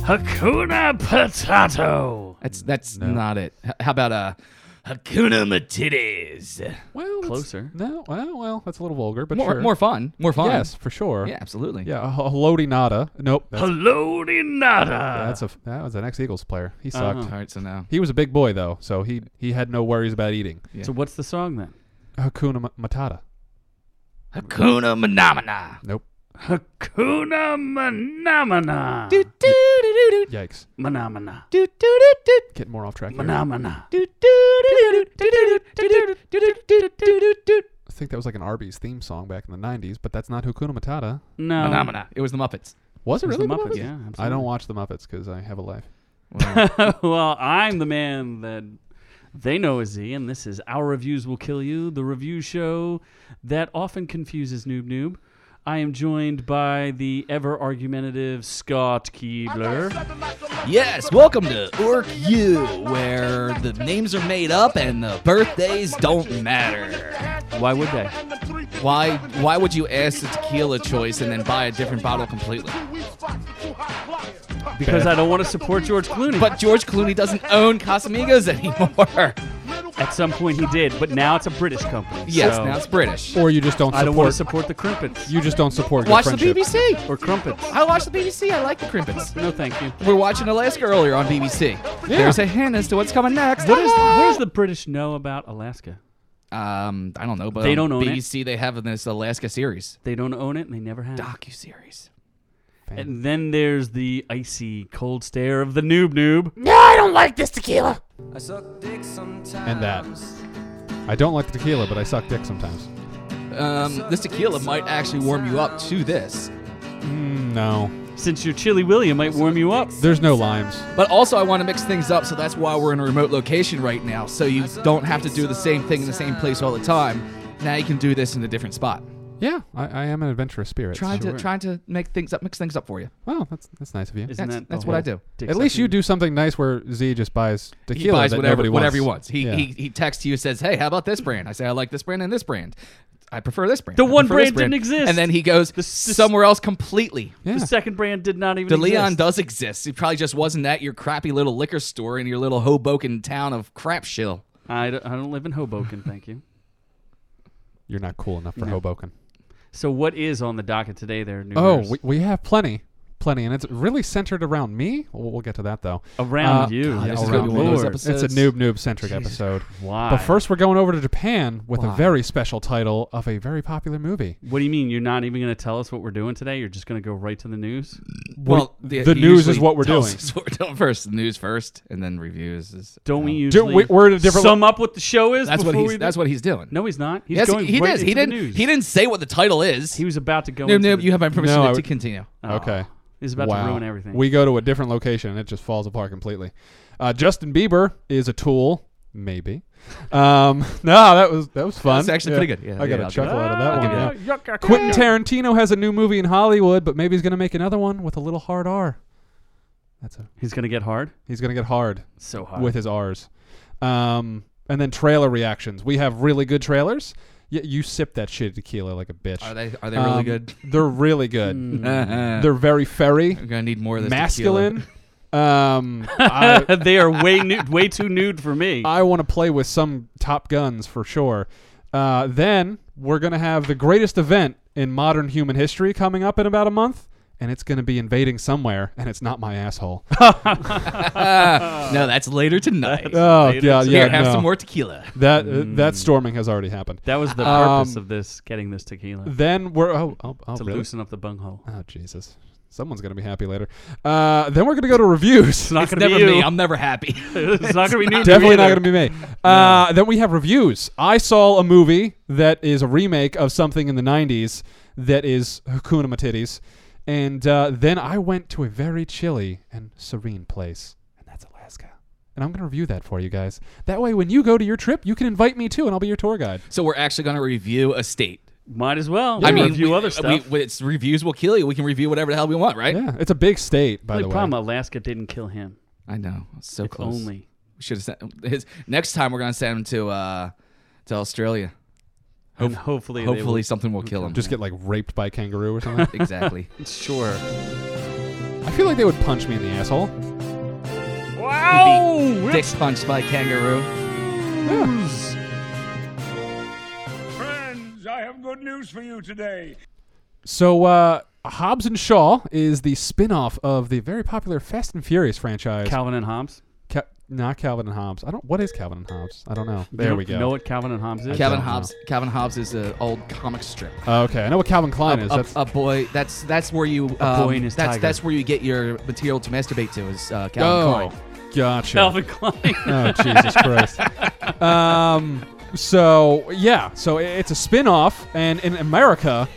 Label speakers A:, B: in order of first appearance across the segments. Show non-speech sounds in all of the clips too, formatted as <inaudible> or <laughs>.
A: Hakuna Potato.
B: That's that's not it. H- How about uh?
A: Hakuna Matitties.
C: Well, it's-
A: Closer.
C: No, well, well, that's a little vulgar, but
B: More
C: sure.
B: more fun. More fun.
C: Yes, for sure.
B: Yeah, absolutely.
C: Yeah, <laughs> a- a Lodi Nada. Nope. That's,
A: Hello, Nada.
C: that's a that was an ex Eagles player. He
A: Uh-huh.
C: sucked.
B: All right. So now
C: He was a big boy though, so he he had no worries about eating.
B: Yeah.
A: So what's the song then?
C: Hakuna Ma- Matata.
A: Hakuna Manamana.
C: Nope.
A: Hakuna Manamana.
C: Yikes.
A: Manamana.
C: Getting more off track. Here. I
A: Manamana.
C: think that was like an Arby's theme song back in the '90s, but that's not Hakuna Matata.
A: No.
B: phenomena. It was the Muppets.
C: Was it
A: It's
C: really
A: the Muppets,
C: Muppets?
A: yeah,
C: I
A: absolutely.
C: don't watch the Muppets because I have a life.
A: well, I'm the man that they know as Z, and this is Our Reviews Will Kill You, the review show that often confuses Noob Noob. I am joined by the ever argumentative Scott Keebler.
B: Yes, welcome to Orc U, where the names are made up and the birthdays don't matter.
A: Why would they?
B: Why why would you ask the tequila choice and then buy a different bottle completely?
A: Because I don't want to support George Clooney.
B: But George Clooney doesn't own Casamigos anymore. <laughs>
A: at some point he did, but now it's a British company.
B: Yes,
A: so
B: now it's British.
C: Or you just don't
A: I
C: support.
A: don't want to support the Crimpets
C: you just don't support.
B: Watch
C: your
B: the
C: friendship.
B: BBC.
A: or Crumpets.
B: I watch the BBC. I like the crimpets.
A: No, thank you.
B: We're watching Alaska earlier on BBC. There's a hint as to what's coming next.
A: What is what does the British know about Alaska?
B: Um, I don't know, but
A: They
B: on
A: don't own it.
B: BBC. They have this Alaska series,
A: They don't own it and they never have.
B: docu series.
A: And then there's the icy cold stare of the noob noob.
C: And that. I don't like the tequila, but I suck dick sometimes.
B: Um, this tequila might actually warm you up to this,
C: No,
A: Since your chili William might warm you up.
C: there's no limes.
B: but also I want to mix things up, so that's why we're in a remote location right now, so you don't have to do the same thing in the same place all the time. Now you can do this in a different spot.
C: Yeah, I, I am an adventurous spirit.
B: Trying to trying to make things up, mix things up for you.
C: Well, that's that's nice of you.
A: Isn't
B: that's-
A: that the
B: that's what I
A: whole
B: do.
A: dick
C: At least
A: sucking?
C: you do something nice where Z just buys
B: He
C: tequila
B: buys
C: that
B: whatever
C: nobody wants.
B: whatever he wants. He,
C: Yeah.
B: he he texts you says, "Hey, how about this brand?" I say, "I like this brand and this brand. I prefer this brand."
A: The
B: I
A: one
B: prefer this
A: brand didn't exist.
B: and then he goes
A: s- the-
B: somewhere else completely.
C: Yeah.
A: The second brand did not even
B: The Leon
A: exist.
B: does exist. It probably just wasn't at your crappy little liquor store in your little Hoboken town of crap shill.
A: I don't, I don't live in Hoboken, thank you.
C: You're not cool enough for Hoboken.
A: So what is on the docket today there, New
C: Oh, we, we have plenty, plenty, and it's really centered around me. We'll, we'll get to that though.
A: Around you.
B: God, this is
C: around
B: gonna be one of those
C: me.
B: episodes.
C: It's a noob noob centric episode.
A: Why?
C: But first, we're going over to Japan with
B: Why?
C: a very special title of a very popular movie.
A: What do you mean? You're not even going to tell us what we're doing today? You're just going to go right to the news?
B: Well,
C: we- the
B: he
C: news
B: usually
C: is what we're
B: tells
C: doing.
B: us <laughs> what we're doing first. The news first, and then reviews. Is,
A: Don't we
C: Do,
A: usually
C: we, are in a different.
A: sum up what the show is?
B: that's what
A: before
B: he's.
A: we
B: That's what he's doing.
A: No, he's not. He's
B: yes,
A: going
B: he, he
A: right
B: did.
A: into
B: He
A: the
B: didn't.
A: news.
B: He didn't say what the title is.
A: He was about to go
B: noob,
A: into
B: noob,
A: the-
B: you have my permission
C: No,
B: to,
C: I
B: to
C: would-
B: continue.
C: okay.
A: He's about
C: wow.
A: to ruin everything.
C: We go to a different location and it just falls apart completely. Uh, Justin Bieber is a tool, maybe. Um, <laughs> no, that was that was fun.
B: That's actually pretty good. Yeah,
C: I got
B: yeah, I'll
C: a
B: give
C: chuckle
B: you
C: out of that one.
A: Ah,
B: I'll
C: yeah. Quentin Tarantino has a new movie in Hollywood, but maybe he's going to make another one with a little hard R. That's a
A: He's going to get hard.
C: he's going to get hard
A: So hard. <laughs>
C: with his R's. Um, and then trailer reactions. We have really good trailers. Y- you sip that shit tequila like a bitch.
B: Are they? Are they really <laughs>
C: Um,
B: good?
C: They're
A: <laughs>
C: really good.
A: Mm.
B: They're
C: They're
B: <laughs>
C: very fairy,
B: uh-huh. gonna need more of this.
C: masculine. <laughs> Um,
B: <laughs>
C: I,
A: they are way nude, way too nude for me.
C: I want to play with some Top Guns for sure. Uh, then we're gonna have the greatest event in modern human history coming up in about a month, and it's gonna be invading somewhere, and it's not
B: <laughs>
C: my asshole.
B: tequila. <laughs> no, that's later tonight.
C: oh god, yeah,
B: Here, have
C: no.
B: some more Mm. tequila.
C: That uh, that storming has already happened.
A: that was the
B: Um,
A: purpose of this, getting this tequila.
C: Then we're oh oh, oh,
A: to
C: really?
A: loosen up the
B: Uh,
A: bunghole.
C: oh Jesus, someone's gonna be happy later. Uh, then we're gonna go to reviews. <laughs>
A: It's not
B: It's
A: going to
B: never
A: be
B: me.
A: you.
B: I'm never happy.
A: <laughs>
B: <laughs>
A: it's not going to be nude.
C: Definitely not going to be me. Uh, Then we have reviews. I saw a movie that is a remake of something in the 90s that is Hakuna Matitties. And uh, then I went to a very chilly and serene place, and that's Alaska. And I'm going to review that for you guys. That way, when you go to your trip, you can invite me too, and I'll be your tour guide.
B: So we're actually gonna review a state.
A: Might as well.
B: I mean,
A: review
B: we- uh,
A: other
B: we-
A: stuff.
B: we- it's reviews will kill you. We can review whatever the hell we want, right?
C: Yeah, it's a big state, by
A: Only
C: the way.
A: problem, Alaska didn't kill him.
B: I know. It's so
A: If
B: close.
A: only.
B: We should have sent his next time. We're gonna send him to uh, to Australia.
A: And hopefully, they
B: <laughs> Hopefully, something will kill him. <laughs>
C: Just get like raped by a kangaroo or something.
B: exactly.
A: will. sure.
C: I feel like they would punch me in the asshole.
A: Wow! <laughs> We're
B: Dick punched by kangaroo.
D: Friends, I have good news for you today.
C: So, uh, Hobbs and Shaw is the spin off of the very popular Fast and Furious franchise.
A: Calvin and Hobbes.
C: Ca- not Calvin and Hobbes. I don't. What is Calvin and Hobbes? I don't know.
A: You
C: There
A: don't
C: we go.
A: Know what Calvin and Hobbes is?
B: Calvin
C: don't know.
B: Hobbs. Calvin Hobbs is an old comic strip.
C: Uh, okay, I know what Calvin Klein is.
B: A,
C: That's,
B: a boy. That's that's where you. Um,
A: boy and his
B: that's
A: tiger.
B: that's where you get your material to masturbate to is uh, Calvin
C: oh,
B: Klein.
C: gotcha.
A: Calvin Klein.
C: Oh Jesus Christ.
A: <laughs>
C: Um. So yeah. So i- it's a spin-off, and in America,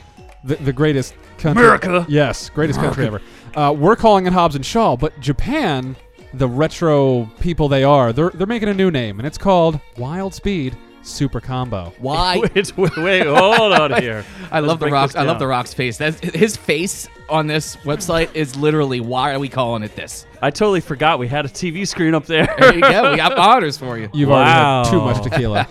C: the, the greatest country.
A: America.
C: Yes, greatest country ever. Uh, we're calling it Hobbs and Shaw, but Japan, the retro people they are, they're they're making a new name, and it's called Wild Speed Super Combo.
A: <laughs>
B: Why?
A: wait, wait, wait, hold on here.
B: <laughs> I love the
A: break
B: rocks.
A: this
B: I love
A: down.
B: the rocks face. That's his face on this website is literally. Why are we calling it this?
A: I totally forgot we had a TV screen up there.
B: There you go. We got honors for you.
C: You've already had too
A: Wow.
C: much tequila.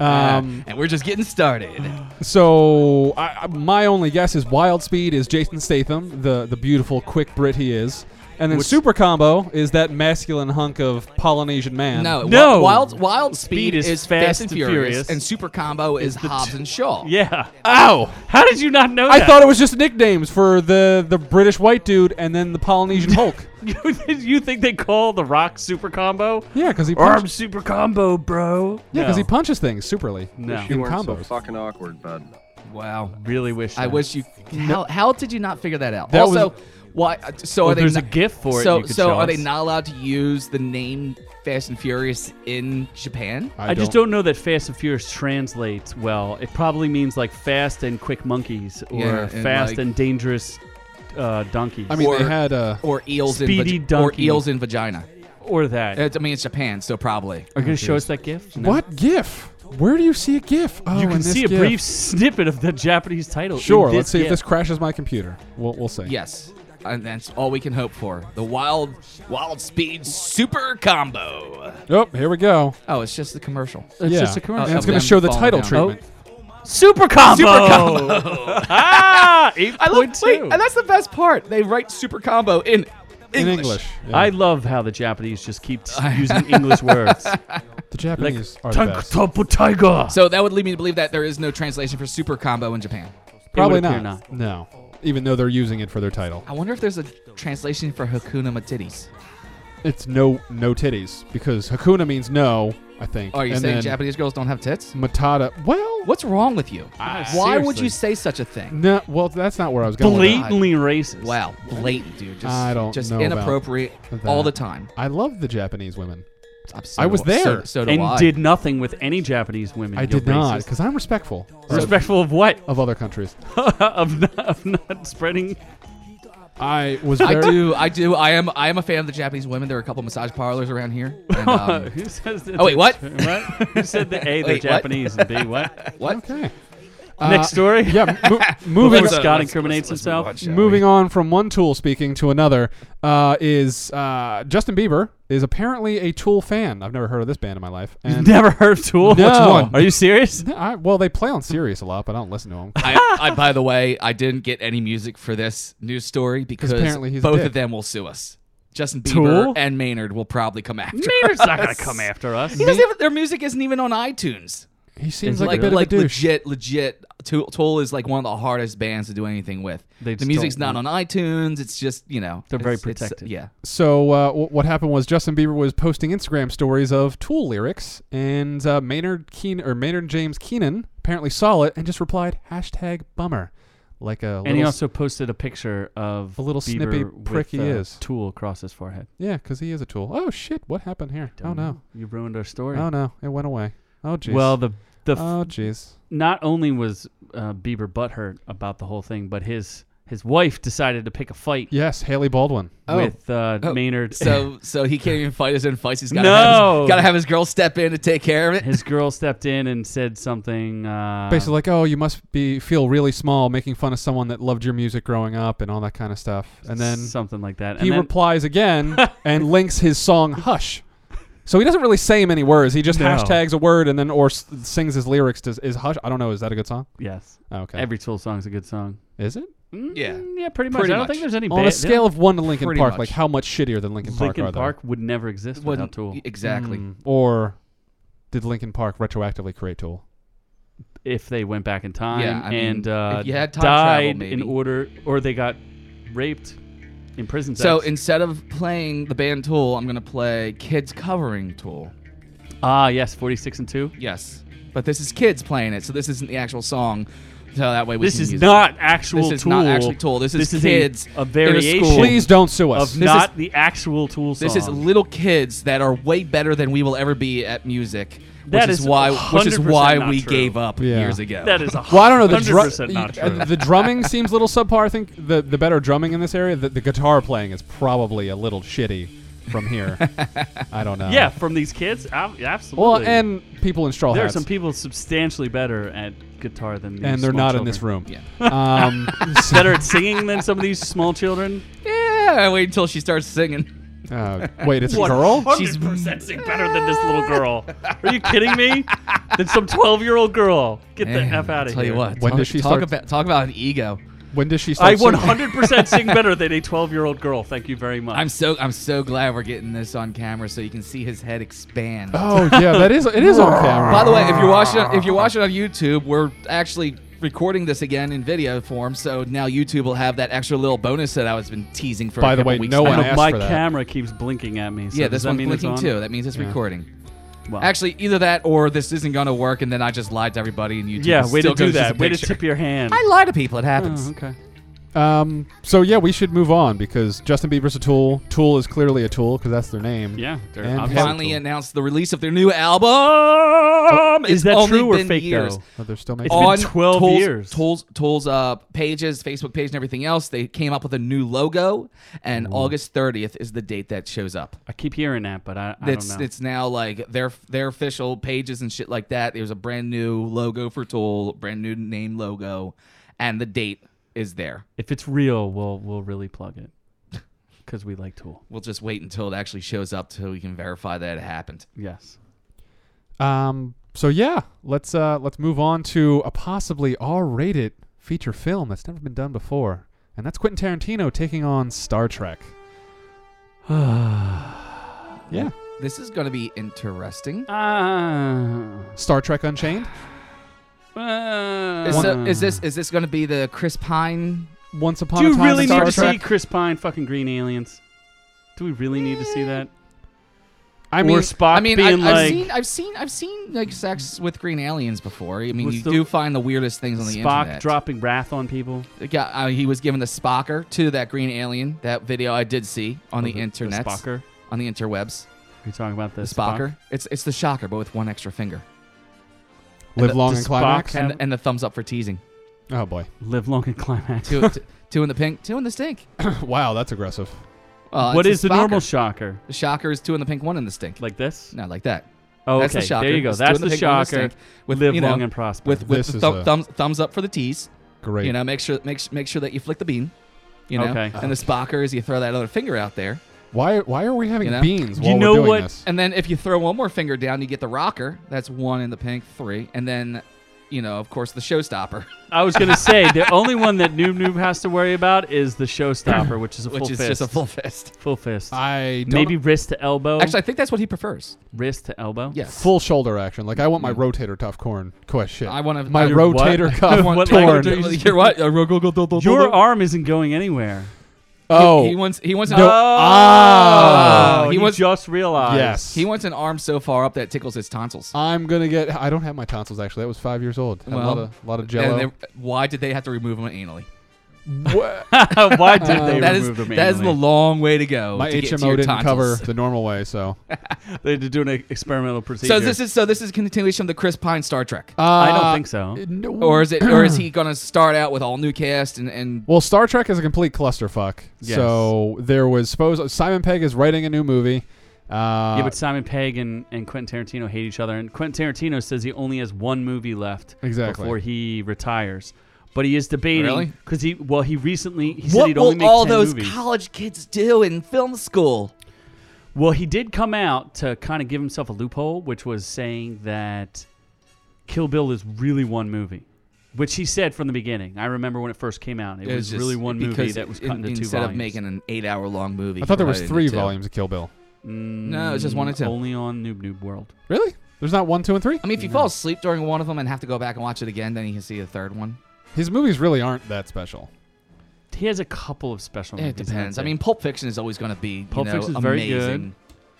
A: <laughs>
C: um,
B: And we're just getting
A: <sighs>
B: started.
C: So I, I- my only guess is Wild Speed is Jason Statham, the the beautiful quick Brit he is, and then Super Combo is that masculine hunk of Polynesian man.
B: No, Wi-
A: No.
B: Wild Wild Speed,
A: is
B: is,
A: Fast
B: Fast,
A: and
B: and Furious,
A: Furious.
B: and Super Combo is, Hobbs and Shaw.
A: <laughs> yeah.
C: Ow!
A: How did you not know
C: I
A: that?
C: thought it was just nicknames for the the British white dude and then the
A: <laughs>
C: Polynesian Hulk.
A: Did you think they call the Rock Super Combo?
C: yeah, because he
A: Arm
C: punches,
A: Super Combo, bro.
C: yeah,
A: No.
C: because he punches things superly.
A: No.
C: in combos.
E: fucking awkward, bud.
B: Wow.
A: really wish.
B: I
A: that.
B: wish you. How, how did you not figure that out?
C: That
B: also,
C: was-
B: why? uh, So
A: Well,
B: are they?
A: there's a
B: not-
A: GIF for it
B: So
A: you could
B: so
A: show
B: are they
A: us.
B: not allowed to use the name Fast and Furious in Japan?
A: I, just don't know that Fast and Furious translates well. It probably means like fast and quick monkeys, or
B: Yeah, and
A: fast
B: like-
A: and dangerous uh, donkeys,
C: I mean, they
B: Or-
C: had uh,
B: Or eels
A: Speedy
B: in vag- or
A: donkey.
B: eels in vagina.
A: or that.
B: It's- I mean, it's Japan, so probably.
A: Are you gonna show us that GIF? No.
C: what GIF? Where do you see a GIF? Oh,
A: You
C: in
A: can
C: this
A: see a
C: GIF.
A: brief snippet of the Japanese title. in
C: Sure.
A: this
C: Let's see if
A: GIF.
C: this crashes my computer. We'll we'll see.
B: Yes, and that's all we can hope for. The Wild Wild Speed Super Combo.
C: Oh, here we go.
B: Oh, it's just the commercial.
A: It's
C: yeah.
A: just a commercial.
C: And it's
B: of
C: going to
B: them
C: show the
B: falling
C: title
B: down.
C: treatment.
A: Super combo. <laughs> ah, eight
B: I
A: point
B: love.
A: two.
B: Wait, and that's the best part. They write Super Combo in English.
C: in English. yeah.
A: I love how the Japanese just
C: <laughs>
A: keep s- using English words.
C: the Japanese are the
A: Tank
C: best.
A: top of tiger.
B: So that would lead me to believe that there is no translation for Super Combo in Japan.
C: Probably
A: It would appear
C: not. No, even though they're using it for their title,
B: I wonder if there's a translation for Hakuna Matitties.
C: it's no no titties because Hakuna means no. I think.
B: Oh, are you
C: and
B: saying
C: then
B: Japanese girls don't have tits?
C: Matata? Well,
B: What's wrong with you?
C: Ah,
B: Why would
C: seriously.
B: you say such a thing?
C: No, well, that's not where I was going. with that.
A: Blatantly racist.
B: Wow, blatant, dude. Just,
C: I don't
B: just
C: know about
B: inappropriate
C: that.
B: all the time.
C: I love the Japanese women.
B: I'm so-
C: I was
B: So,
C: there.
B: so do
A: And
B: I.
A: did nothing with any Japanese women.
C: I
A: you
C: did not
A: racist.
C: because I'm respectful of,
A: Respectful of what? <laughs>
C: of other countries.
A: of, not, of not spreading.
C: I was.
B: I
C: Very,
B: do. I do. I am. I am a fan of the Japanese women. There are a couple massage parlors around here. And, um,
A: uh, Who says that?
B: oh wait, what?
A: <laughs> What? Who said that? A, they're
B: Wait, what?
A: Japanese, and B, what?
C: <laughs>
B: What?
C: Okay.
A: Next story.
C: Uh, Yeah. mo-
A: <laughs>
C: moving.
A: Before
C: on-
A: Scott incriminates himself.
C: Moving on from one Tool speaking to another uh, is uh, Justin Bieber is apparently a Tool fan. I've never heard of this band in my life.
A: <laughs>
C: And
A: Never heard of Tool.
C: No. Which one?
A: Are you
C: <laughs>
A: serious?
C: No, I, well, they play on Sirius a lot, but I don't listen to them.
B: I, I, by the way, I didn't get any music for this news story because
C: apparently he's a
B: both
C: dick.
B: of them will sue us. Justin Bieber
A: Tool?
B: and Maynard will probably come after.
A: Maynard's not gonna
B: us.
A: come after us.
B: He doesn't even, their music isn't even on iTunes.
C: He seems
A: Is
C: like,
A: it
B: Like,
C: a bit
B: like
C: of a douche.
B: legit, legit. Tool, Tool is like one of the hardest bands to do anything with.
A: They
B: the
A: just
B: music's
A: don't
B: not on iTunes. It's just you know
A: They're very
B: it's- it's-
A: protected.
B: yeah,
C: So uh, w- what happened was Justin Bieber was posting Instagram stories of Tool lyrics, and uh, Maynard Keen or Maynard James Keenan apparently saw it and just replied hashtag bummer, like a
A: And
C: little
A: he
C: s-
A: also posted a picture of
C: A little
A: Bieber
C: snippy
A: with,
C: prick he
A: uh,
C: is.
A: Tool across his forehead.
C: yeah, because he is a Tool. Oh shit, what happened here? Oh no,
A: You ruined our story.
C: oh no, it went away. Oh jeez.
A: well, the the f-
C: oh jeez.
A: not only was uh, Bieber butthurt about the whole thing, but his his wife decided to pick a fight
C: Yes, Haley Baldwin.
A: with uh,
B: Oh,
A: Maynard.
B: So so he can't even fight his own fights. He's got
A: No.
B: got to have his girl step in to take care of
A: <laughs>
B: it.
A: his girl stepped in and said something. Uh,
C: Basically, like, oh, you must be feel really small, making fun of someone that loved your music growing up and all that kind of stuff. And then
A: something like that.
C: he
A: and then, <laughs>
C: replies again and links his song "Hush." So he doesn't really say many words. He just
A: No.
C: hashtags a word and then or s- sings his lyrics. Does is "Hush"? I don't know. Is that a good song?
A: yes,
C: Oh, okay.
A: every Tool song's a good song. Mm,
C: is it?
B: Yeah.
A: Yeah, pretty much.
B: Pretty
A: I don't
B: much.
A: think there's any
C: On
A: ba-
C: a scale of one to Lincoln
B: Pretty
C: Park,
B: much.
C: like how much shittier than Lincoln Park
A: Lincoln
C: are they?
A: Park would never exist without
B: Wouldn't-
A: Tool.
B: Exactly.
C: Mm. Or did Lincoln Park retroactively create Tool?
A: if they went back in time
B: Yeah, I mean,
A: and uh,
B: if you had time
A: died
B: travel,
A: in
B: maybe.
A: order, or they got raped in prison.
B: So
A: sex.
B: instead of playing the band Tool, I'm gonna play kids covering Tool.
A: ah yes, forty six and two.
B: Yes, but this is kids playing it, so this isn't the actual song. So that way we
A: This
B: can
A: is
B: use
A: not actual.
B: This is
A: tool.
B: not actually Tool. This is
A: a-
B: kids
A: A,
B: in a
A: variation.
B: school.
C: Please don't sue us.
A: of
B: This
A: not
B: is-
A: the actual tool
B: It. This is
A: song.
B: little kids that are way better than we will ever be at music. Which
A: That
B: is
A: is
B: why, which is
A: 100%
B: why
A: not
B: we
A: true.
B: gave up
C: Yeah.
B: years ago.
A: that is a
C: Well, I don't know. The,
A: hundred percent
C: dru- <laughs>
A: not
C: y- uh,
A: true.
C: the drumming seems a little subpar. I think the, the better drumming in this area, the, the guitar playing is probably a little shitty from here. I don't
A: <laughs>
C: know.
A: yeah, from these kids, ab- absolutely.
C: Well, and people in straw
A: there are
C: hats,
A: some people substantially better at guitar than these
C: and they're
A: small
C: not
A: children.
C: in this room.
B: <laughs> Yeah.
C: <laughs> Um,
A: <laughs>
C: so-
A: Better at singing than some of these small children.
B: yeah, wait until she starts singing.
C: uh, wait, it's a girl.
A: She's sing better than this little girl. Are you kidding me? than some twelve-year-old girl. Get
B: Man,
A: <laughs> the f out of
B: tell
A: here.
B: you what.
C: When
B: talk,
C: does she
B: talk
C: start-
B: about talk about an ego?
C: When does she start?
A: I
C: singing?
A: 100% sing better than a 12-year-old girl. Thank you very much.
B: I'm so I'm so glad we're getting this on camera so you can see his head expand.
C: Oh yeah, that is it is on camera.
B: By the way, if you're watching if you're watching on YouTube, we're actually recording this again in video form, so now YouTube will have that extra little bonus that I was been teasing for.
C: By
B: a
C: the
B: couple
C: way,
B: weeks
C: no
B: now.
C: one
A: I know
C: asked
A: my
C: for that.
A: camera keeps blinking at me. So
B: Yeah,
A: does
B: this
A: that
B: one's
A: mean it's
B: blinking
A: on?
B: too. That means it's recording.
A: Well,
B: Actually, either that or this isn't gonna work, and then I just lied to everybody and YouTube.
A: yeah,
B: is
A: way to
B: still
A: do
B: gonna just
A: that.
B: a
A: Way to
B: picture.
A: tip your hand.
B: I lie to people. It happens.
A: Oh, okay.
C: Um, so yeah, we should move on because Justin Bieber's a tool. Tool is clearly a tool because that's their name.
A: Yeah, they're
C: And
A: obviously
B: Finally
A: cool.
B: announced the release of their new album.
A: is
B: Um, It's
A: that
B: only
A: true or
B: been
A: fake,
B: years.
A: though?
C: Oh, they're still
A: It's
C: making.
A: been
B: on
A: 12
B: Tool's,
A: years.
B: Tool's, Tool's uh, pages, Facebook page, and everything else, they came up with a new logo, and August 30th is the date that shows up.
A: I keep hearing that, but I, I
B: It's
A: don't know.
B: it's now like their their official pages and shit like that. There's a brand new logo for Tool, brand new name logo, and the date is there.
A: if it's real, we'll we'll really plug it <laughs> because we like Tool.
B: We'll just wait until it actually shows up till we can verify that it happened. <sighs>
A: Yes.
C: Um, so yeah, let's uh, let's move on to a possibly R-rated feature film that's never been done before, and that's Quentin Tarantino taking on Star Trek.
A: Ah.
C: yeah,
B: This is going to be interesting.
A: Uh, Ah.
C: Star Trek Unchained.
A: Uh,
B: Is, so- is this is this going to be the Chris Pine?
C: Once upon
A: Ah. Do
C: a
A: you
C: time,
A: really
C: Star
A: need to
C: Trek.
A: see Chris Pine fucking green aliens? Do we really need to see that?
C: I mean,
A: or Spock
B: I mean, I,
A: being
B: I've
A: like
B: seen I've seen I've seen like sex with green aliens before. I mean,
A: What's
B: you
A: the-
B: do find the weirdest things on the
A: Spock
B: internet.
A: dropping wrath on people.
B: Yeah, uh, he was given the Spocker to that green alien. That video I did see on the,
A: Or
B: internet,
A: Oh, The Spocker.
B: on the interwebs.
A: You're talking about the,
B: The Spocker. It's it's the shocker, but with one extra finger
C: live
B: the-
C: long
A: the
C: and
A: Spock
C: climax.
A: had-
B: and and the thumbs up for
A: <laughs>
B: teasing.
C: oh boy, <laughs>
A: Spock? Live long and climax. <laughs>
B: Two t- two in the pink, two in the stink.
C: wow, that's aggressive.
B: Uh,
A: what
B: it's
A: is the normal
B: Spocker.
A: shocker?
B: the shocker is two in the pink, one in the stink.
A: Like this?
B: No, like that.
A: Oh,
B: That's the
A: okay.
B: shocker.
A: There you go.
B: It's two
A: That's
B: in
A: the
B: pink, one in
A: shocker.
B: stink, with
A: Live
B: you know,
A: long and prosper.
B: with with
C: This is
B: thumb-
C: a-
B: thumbs thumbs up for the tease.
C: Great.
B: You know, make sure make su- make sure that you flick the bean. You know,
A: Okay.
B: and the Spocker is you throw that other finger out there.
C: why why are we having
B: You know?
C: beans
A: You
C: while
A: know
C: we're doing
A: what-
C: this?
B: And then if you throw one more finger down, you get the rocker. That's one in the pink, three. And then, you know, of course, the showstopper,
A: I was gonna say the only one that Noob Noob has to worry about is the showstopper, which is a full
B: <coughs> which is
A: fist. Um,
B: just a full fist.
A: <laughs> Full fist.
C: I don't
A: Maybe wrist to elbow.
B: Actually, I think that's what he prefers.
A: wrist to elbow.
B: Yes.
C: full shoulder action. Like I want my rotator cuff corn. Quest shit.
B: I want to.
C: my
A: Your what? <laughs>
C: rotator cuff
A: What
C: torn.
A: language are you-
B: <laughs> You're what? Uh, ro- go- go- do- do- do-
A: Your
B: do.
A: arm isn't going anywhere.
C: Oh,
B: He wants. He wants. An,
C: No.
B: arm-
C: Ah.
A: he
B: He was-
A: Oh, just realized.
C: yes.
B: he wants an arm so far up that it tickles his tonsils.
A: Uh,
C: I'm gonna get. I don't have my tonsils actually. That was five years old. Had a lot
B: Well,
C: of, lot of
B: And
C: jello.
B: they- why did they have to remove him anally?
C: Wha-
A: <laughs>
B: <laughs>
A: Why did
C: Um,
A: they
B: that is
A: remove him?
B: that is the
A: anally?
B: long way to go.
C: my
B: to get to
C: HMO
B: your
C: didn't cover
B: tonsils.
C: the normal
B: <laughs>
C: way, so
A: They had to do an e- experimental procedure.
B: So this is so this is a continuation of the Chris Pine Star Trek. Uh,
A: I
C: uh,
A: don't think so.
B: or is it or is he gonna start out with all new cast and, and
C: Well, Star Trek is a complete clusterfuck.
A: Yes.
C: So there was suppose Simon Pegg is writing a new movie. Uh,
A: yeah, but Simon Pegg and, and Quentin Tarantino hate each other, and Quentin Tarantino says he only has one movie left
C: Exactly.
A: before he retires. But he is debating
B: Really?
A: because he well he recently he said
B: what
A: he'd only
B: will
A: make
B: all
A: 10
B: those
A: movies.
B: college kids do in film school?
A: Well, he did come out to kind of give himself a loophole, which was saying that Kill Bill is really one movie. which he said from the beginning. I remember when it first came out. It, was,
B: just-
A: really one movie
B: because
A: that was
B: in-
A: cut into two
B: instead
A: volumes.
B: of making an eight-hour-long movie.
C: I thought
B: he
C: there was
B: divided it
C: three
B: into two.
C: volumes of Kill Bill.
B: No, it's just one or two.
A: Mm, Only on Noob Noob World.
C: Really? There's not one, two, and three.
B: I
A: mm.
B: mean, if you fall asleep during one of them and have to go back and watch it again, then you can see the third one.
C: His movies really aren't that special.
A: He has a couple of special.
B: It
A: movies, and
B: depends.
A: that's
B: I
A: it.
B: mean, Pulp Fiction is always going to be you
A: Pulp
B: know,
A: Fiction's very
B: amazing.
A: good.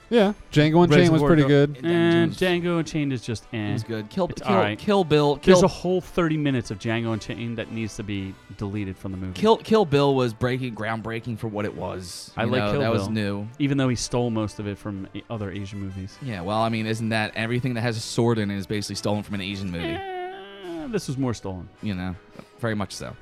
C: Yeah, Django and Jane was
A: Reservoir
C: pretty
A: Dog-
C: good.
A: and Django Unchained is just eh.
B: It was good. Kill,
A: It's
B: kill,
A: alright.
B: kill Bill. Kill,
A: There's a whole 30 minutes of Django Unchained that needs to be deleted from the movie.
B: kill, kill Bill was breaking groundbreaking for what it was.
A: I
B: You
A: like
B: know,
A: Kill
B: that was
A: Bill.
B: new.
A: even though he stole most of it from a- other Asian movies.
B: Yeah, well, I mean, isn't that everything that has a sword in it is basically stolen from an
A: <laughs>
B: Asian movie?
A: Eh, this was more stolen.
B: You know, very much so.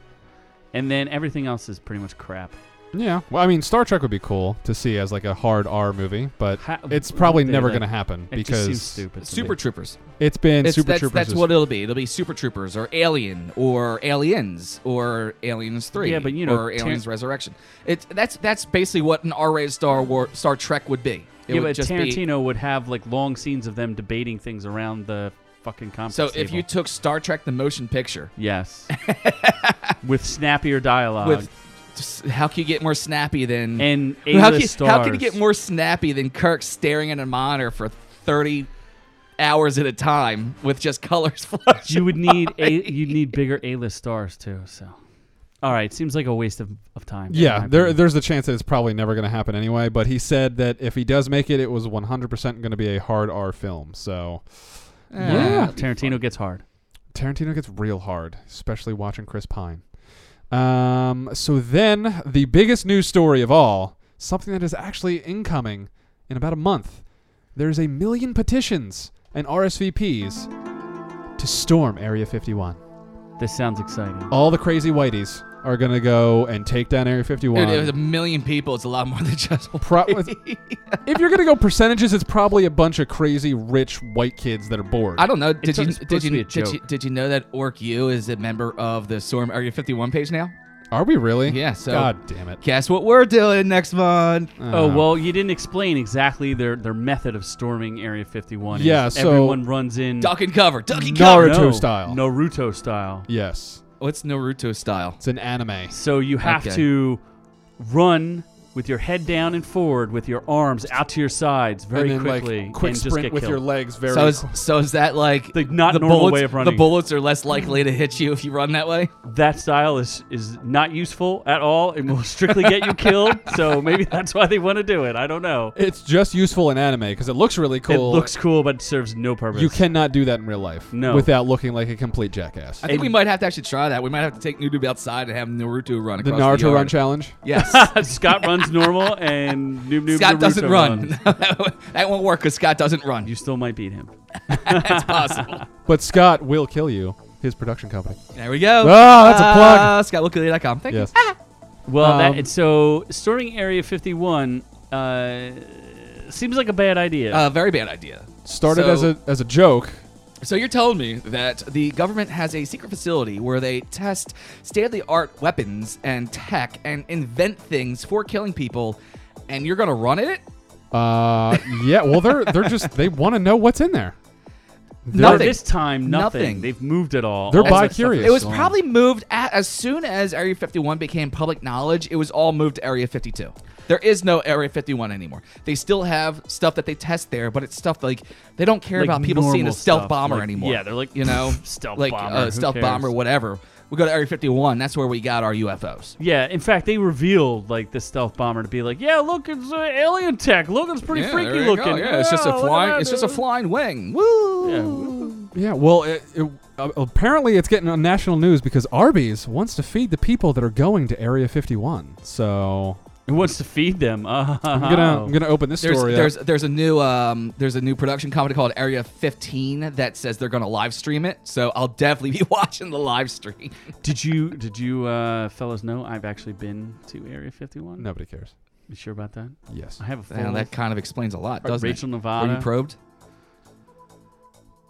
A: And then everything else is pretty much crap.
C: Yeah. Well, I mean, Star Trek would be cool to see as like a hard R movie, but
A: Ha-
C: it's probably
A: they-
C: never
A: they-
C: going to happen
A: It just
C: because
A: seems stupid. to
B: Super
A: me.
B: Troopers.
C: it's been
B: It's-
C: Super
B: that's,
C: Troopers.
B: That's
C: is-
B: what it'll be. It'll be Super Troopers or Alien or Aliens or Aliens Three.
A: Yeah, but you know,
B: or
A: Tar-
B: Aliens Resurrection. It's that's that's basically what an R-rated Star War Star Trek would be.
A: yeah,
B: It would
A: but
B: just be-
A: Tarantino would have like long scenes of them debating things around the fucking conference.
B: So if
A: table.
B: you took Star Trek the motion picture <laughs>
A: yes, with snappier dialogue
B: with just- how can you get more snappy than
A: Uh, and A-list
B: how can,
A: stars.
B: how can you get more snappy than Kirk staring at a monitor for 30 hours at a time with just colors <laughs> flashing?
A: You would need a you would need bigger A-list stars too. So, all right, seems like a waste of, of time. in
C: Yeah,
A: my
C: there,
A: opinion.
C: there's the chance that it's probably never going to happen anyway. But he said that if he does make it, it was 100% going to be a hard R film. So
A: yeah.
C: Yeah.
A: Uh, Tarantino gets hard.
C: Tarantino gets real hard, especially watching Chris Pine. Um, so then, the biggest news story of all, something that is actually incoming in about a month. There's a million petitions and RSVPs to storm Area 51.
A: This sounds exciting.
C: All the crazy whiteies are going to go and take down Area 51.
B: Dude, it was a million people. It's a lot more than just one.
C: Pro- if you're gonna go percentages, it's probably a bunch of crazy rich white kids that are bored.
B: I don't know.
A: It's
B: Did you,
A: supposed
B: did,
A: to be a
B: you, did, you,
A: joke.
B: did you know that Orc U is a member of the Storm Area 51 page now?
C: are we really?
B: Yeah, so-
C: God damn it. Uh-huh.
B: Guess what we're doing next month?
A: Oh well, you didn't explain exactly their their method of storming Area 51. is
C: Yeah, so-
A: everyone runs in
B: Duck and cover. Duck and
C: No.
B: cover.
C: Naruto style.
A: Naruto style.
C: Yes,
B: What's Naruto style?
C: it's an anime.
A: So you have
B: Okay.
A: to run with your head down and forward, with your arms out to your sides very
C: and then,
A: quickly,
C: like, quick
A: and just
C: sprint
A: get
C: with your
A: killed.
C: legs. Very.
B: So is, so is that like
A: The not normal
B: bullets,
A: way of running.
B: The bullets are less likely to hit you if you run that way.
A: that style is is not useful at all. It will strictly get you
B: <laughs>
A: killed. So maybe that's why they want to do it. I don't know.
C: it's just useful in anime because it looks really cool.
A: It looks cool, but serves no purpose.
C: You cannot do that in real life.
A: No.
C: Without looking like a complete jackass.
B: I think we might have to actually try that. We might have to take Noob outside and have Naruto run
C: the
B: across
C: Naruto
B: yard.
C: Run challenge. <laughs>
B: Yes.
A: <laughs> Scott runs normal, and Noob Noob
B: Scott doesn't
A: Naruto
B: run.
A: runs.
B: <laughs> that won't work because Scott doesn't run.
C: <laughs>
A: You still might beat him.
B: It's possible.
C: But Scott will kill you. His production company.
B: there we go.
C: Ah, that's a plug.
B: plug. ScottWilkeley.com. Thank
C: Yes.
A: Well,
C: Um,
A: that, so storming Area 51 uh, seems like a bad idea.
B: you. Uh, very bad idea.
C: Started
B: So-
C: as a as a joke.
B: So you're telling me that the government has a secret facility where they test state-of-the-art weapons and tech and invent things for killing people, and you're gonna run it?
C: Uh, yeah. Well, they're they're just they want to know what's in there.
A: But
B: Nothing.
A: This time, nothing.
B: Nothing.
A: They've moved it all.
C: They're
A: All that stuff
C: bi-curious.
A: is
B: It was
A: gone.
B: probably moved at, as soon as Area 51 became public knowledge. It was all moved to Area 52. There is no Area 51 anymore. They still have stuff that they test there, but it's stuff like they don't care
A: Like
B: about people seeing
A: normal
B: a stealth
A: stuff.
B: bomber
A: Like,
B: anymore.
A: yeah, they're like,
B: you know,
A: "Pfft, <laughs> stealth
B: like
A: bomber,
B: uh,
A: who
B: stealth
A: cares?"
B: bomber, whatever. We go to Area 51. That's where we got our UFOs.
A: Yeah, in fact, they revealed like the stealth bomber to be like, "Yeah, look, it's uh, alien tech. Look, it's pretty freaky looking. look at that, dude."
B: flying wing. Woo!
A: Yeah, woo.
C: Yeah, well, it, it, uh, apparently it's getting on national news because Arby's wants to feed the people that are going to Area 51. So
A: It wants to feed them. <laughs> Uh,
C: I'm gonna I'm gonna open this
B: There's,
C: story. up.
B: there's there's a new um there's a new production company called Area 15 that says they're gonna live stream it. So I'll definitely <laughs> be watching the live stream.
A: Did you did you uh, fellas know I've actually been to Area 51?
C: nobody cares.
A: You sure about that?
C: Yes,
A: I have a full.
B: Well, that kind of explains a lot, doesn't
A: Rachel
B: it?
A: Nevada.
B: Were you probed?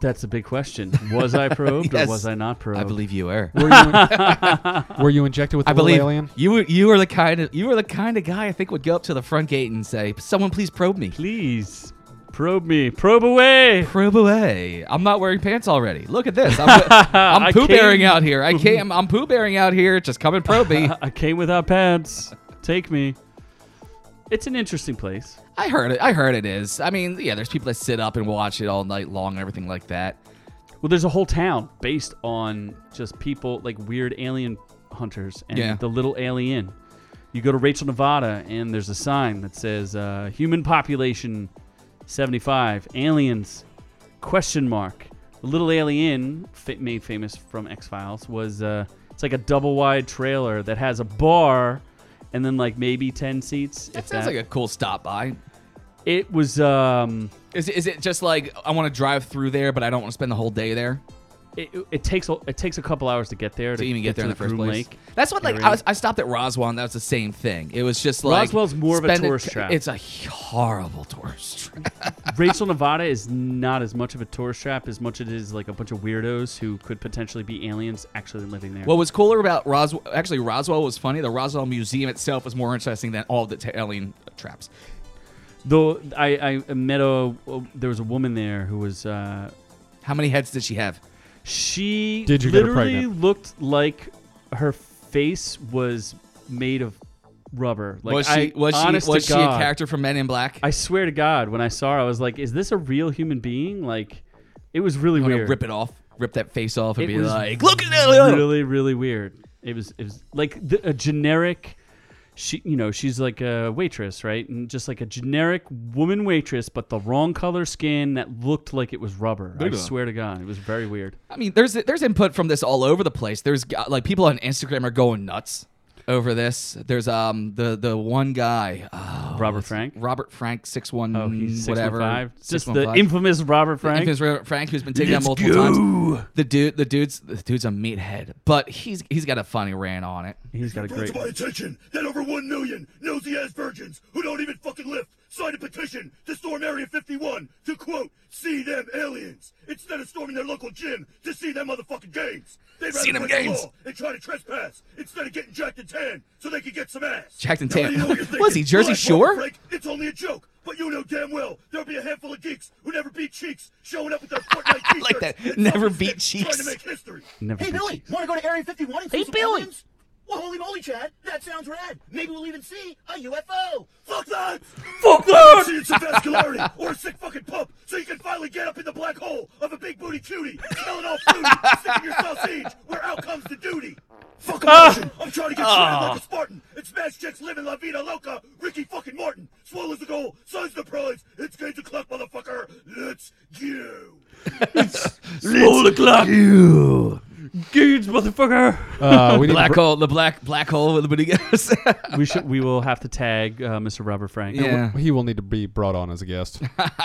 A: That's a big question. Was I probed
B: <laughs> Yes.
A: or was I not probed?
B: I believe you were.
C: <laughs> were you, in- <laughs> were you injected with
B: I
C: the little
B: believe
C: alien?
B: you were you were the kind of you were the kind of guy I think would go up to the front gate and say, "Someone please probe me."
A: Please, Probe me. Probe away.
B: Probe away. I'm not wearing pants already. Look at this. I'm, <laughs> I'm
A: I
B: poo bearing
A: came-
B: out here. I came. I'm poo bearing out here. Just come and probe me.
A: <laughs> I came without pants. Take me. It's an interesting place.
B: I heard it. I heard it is. I mean, yeah. There's people that sit up and watch it all night long and everything like that.
A: Well, there's a whole town based on just people like weird alien hunters and
B: Yeah.
A: the little alien. You go to Rachel, Nevada, and there's a sign that says uh, "Human population 75, aliens?" Question mark. The little alien, fa- made famous from X Files, was uh, it's like a double wide trailer that has a bar, and then like maybe ten seats.
B: That sounds like a cool stop by.
A: a- it was. Um,
B: Is it, is it just like I want to drive through there, but I don't want to spend the whole day there?
A: it, it takes a, it takes a couple hours to get there
B: to even get, there
A: to
B: in the first
A: Groom
B: place.
A: Lake.
B: That's what like
A: area.
B: I, was, I stopped at Roswell and that was the same thing. It was just like
A: Roswell's more of a
B: spend it-
A: tourist trap.
B: It's a horrible tourist trap.
A: Rachel, Nevada is not as much of a tourist trap as much as it is like a bunch of weirdos who could potentially be aliens actually living there.
B: What was cooler about Roswell? Actually, Roswell was funny. The Roswell Museum itself was more interesting than all the ta- alien traps.
A: Though I, I met a there was a woman there who was uh,
B: How many heads did she have?
A: she
C: Did you get her
A: literally
C: pregnant?
A: looked like her face was made of rubber. Like
B: was she
A: I,
B: was
A: honest
B: she was
A: to
B: she
A: God,
B: a character from Men in Black?
A: I swear to God, when I saw her, I was like, "Is this a real human being?" Like, it was really
B: I'm gonna
A: weird.
B: rip it off, rip that face off, and
A: It
B: be
A: was
B: like, "Look at that!"
A: really really weird it was it was like the, a generic she you know she's like a waitress right and just like a generic woman waitress but the wrong color skin that looked like it was rubber i
B: Look at that.
A: swear to god it was very weird
B: I mean, there's there's input from this all over the place. There's go- like people on Instagram are going nuts over this. There's um the the one guy, oh,
A: Robert
B: what's-
A: Frank?
B: Robert Frank six one
A: oh he's
B: whatever,
A: 615 just the
B: 615.
A: infamous robert
B: The
A: frank
B: infamous Robert Frank who's been taken down multiple times. The dude, the dude's the dude's a meathead, but he's he's got a funny rant on it.
A: he's got a
E: Bring
A: great
E: to my attention that over 1 million nosy Aspergins who don't even fucking lift signed a petition to storm Area 51 to quote, see them aliens, instead of storming their local gym to see them motherfucking games. They'd rather
B: See them
E: break the
B: games.
E: law and try to trespass instead of getting jacked and tan so they could get some ass.
B: Jacked and
E: Now, I
B: tan.
E: know what
B: <laughs>
E: you're
B: Was he
E: thinking.
B: Jersey
E: Relax,
B: Shore?
E: Robert Frank, it's only a joke. But you know damn well there'll be a handful of geeks who never beat cheeks showing up
B: <laughs>
E: with their Fortnite
B: I like
E: t-shirts
B: that.
E: and
B: Never
E: selfie
B: beat
E: sticks trying
B: cheeks.
E: to make history.
A: never
F: Hey,
A: been-
F: Billy, want to go to Area 51 and see
B: Hey,
F: some
B: Billy.
F: aliens? Well, holy moly, Chad, that sounds rad. Maybe we'll even see a UFO.
E: Fuck that!
A: Fuck
E: See it's a vascularity or a sick fucking pump so you can finally get up in the black hole of a big booty cutie, smelling all food, sticking your sausage where out comes the duty. Fuck
B: Ah.
E: emotion. I'm trying to get shredded like a Spartan and smash chicks living La Vida Loca, Ricky fucking Martin. Swole is the goal, size the prize. It's game to clock, motherfucker. Let's go.
A: roll o'clock Gage, motherfucker
C: <laughs> Uh, we need
B: Black
C: to
B: hole, the black black hole with the booty <laughs> goes.
A: we should we will have to tag uh, mr robert frank <laughs>
B: yeah. <laughs>
C: <laughs> br- he will need to be brought on as a <laughs> guest.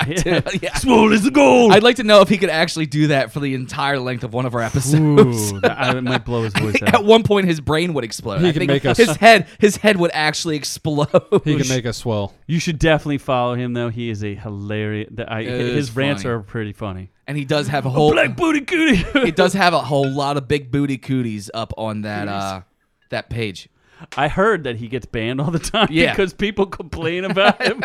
B: Yeah.
A: Swole is the goal.
B: I'd like to know if he could actually do that for the entire length of one of our episodes.
A: Ooh, that, I might blow his voice out.
B: <laughs> At one point, his brain would explode.
C: He
B: I
C: could
B: think
C: make us-
B: his head, his head would actually explode.
C: He can make us swell.
A: You should definitely follow him though. He is a hilarious. The, I,
B: It
A: his
B: is
A: rants
B: funny.
A: are pretty funny.
B: <laughs> and he does have a whole.
A: Black booty cootie.
B: He does have a whole lot of big booty cooties up on that uh, that page.
A: <laughs> I heard that he gets banned all the time
B: Yeah.
A: because people complain about
C: <laughs>
A: him.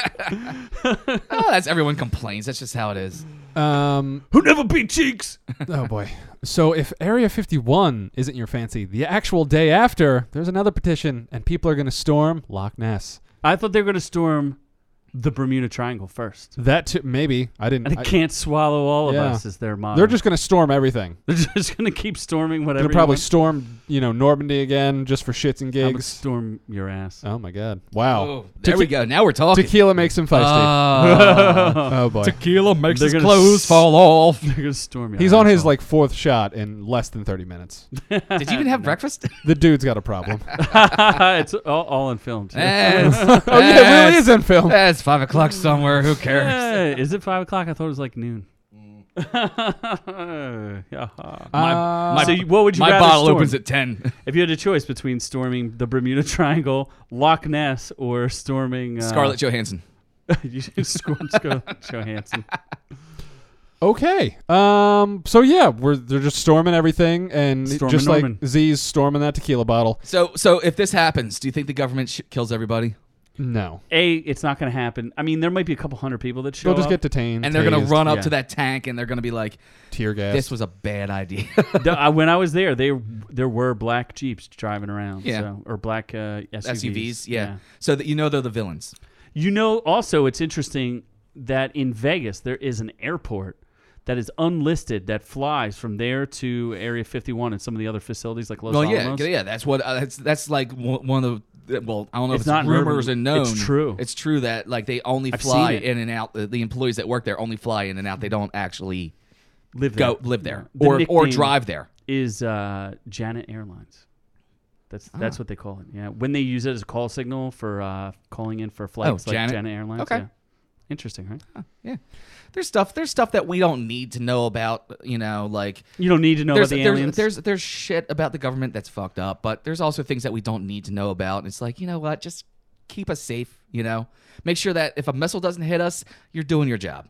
B: Oh, that's everyone complains. That's just how it is.
C: Um,
A: Who never beat cheeks?
C: oh boy. So if Area 51 isn't your fancy, the actual day after, there's another petition, and people are going to storm Loch Ness.
A: I thought they were going to storm the Bermuda Triangle first.
C: That too, maybe I didn't.
A: They
C: I-
A: can't swallow all of
C: Yeah.
A: us is their motto.
C: they're just going to storm everything.
A: they're just going to keep storming whatever.
C: They're
A: you
C: probably
A: want.
C: storm, you know, Normandy again just for shits and
A: I'm gonna
C: gigs.
A: storm your ass.
C: Oh my god! Wow.
B: Oh, there we go. Now we're talking.
C: Tequila makes him feisty.
A: <laughs>
B: Ah.
C: oh boy.
B: tequila makes
A: They're
B: his
A: gonna
B: clothes
A: s-
B: fall off.
A: They're going to storm your.
C: He's on his
A: asshole.
C: like fourth shot in less than 30 minutes.
B: <laughs> Did you even have breakfast?
C: The dude's got
B: <laughs>
C: a problem.
A: <laughs> it's all, all in film. Too.
C: Eh,
B: oh
C: yeah, it really is on film.
B: Eh, It's five o'clock somewhere. Who cares?
A: Yeah, is it five o'clock? I thought it was like <laughs> noon. Yeah.
C: Uh,
A: so you- what would you
B: My
A: rather
B: bottle
A: storm?
B: opens at ten.
A: if you had a choice between storming the Bermuda <laughs> Triangle, Loch Ness, or storming uh, <laughs>
B: Scarlett Johansson.
A: you should storm <laughs> Scarlett Johansson.
C: okay. Um. So yeah, we're they're just storming everything, and
A: Storming
C: just
A: Norman.
C: like Z's storming that tequila bottle.
B: So, so if this happens, do you think the government sh- kills everybody?
C: No.
A: A, it's not going to happen. I mean, there might be a couple hundred people that show
C: They'll just
A: up.
C: get detained.
B: and they're gonna
C: tased,
B: run up
A: yeah.
B: to that tank and they're gonna be like,
C: tear gas.
B: "This was a bad idea." <laughs>
A: The- I- when I was there, they there were black jeeps driving around,
B: Yeah.
A: so, or black uh, SUVs.
B: SUVs, yeah. So that you know they're the villains.
A: You know, also it's interesting that in Vegas there is an airport that is unlisted that flies from there to Area 51 and some of the other facilities like Los
B: Well, yeah,
A: Alamos.
B: yeah. That's what. Uh, that's that's like one one of. the Well, I don't know
A: It's
B: if it's,
A: not an
B: rumors
A: urban-
B: and known.
A: it's true.
B: It's true that like they only
A: I've
B: fly
A: seen it.
B: in and out. The the employees that work there only fly in and out. They don't actually
A: Live there.
B: go live there
A: The
B: or or
A: nickname
B: drive there.
A: Is uh, Janet Airlines. That's
B: Ah.
A: that's what they call it. Yeah, when they use it as a call signal for uh, calling in for flights, like
B: Oh, Janet.
A: Janet Airlines.
B: Okay.
A: yeah. interesting, right?
B: Yeah. There's stuff. There's stuff that we don't need to know about. You know, like
A: You don't need to know
B: there's,
A: about the
B: there's,
A: aliens.
B: there's there's shit about the government that's fucked up, but there's also things that we don't need to know about. And it's like, you know what? Just keep us safe, you know? Make sure that if a missile doesn't hit us, you're doing your job.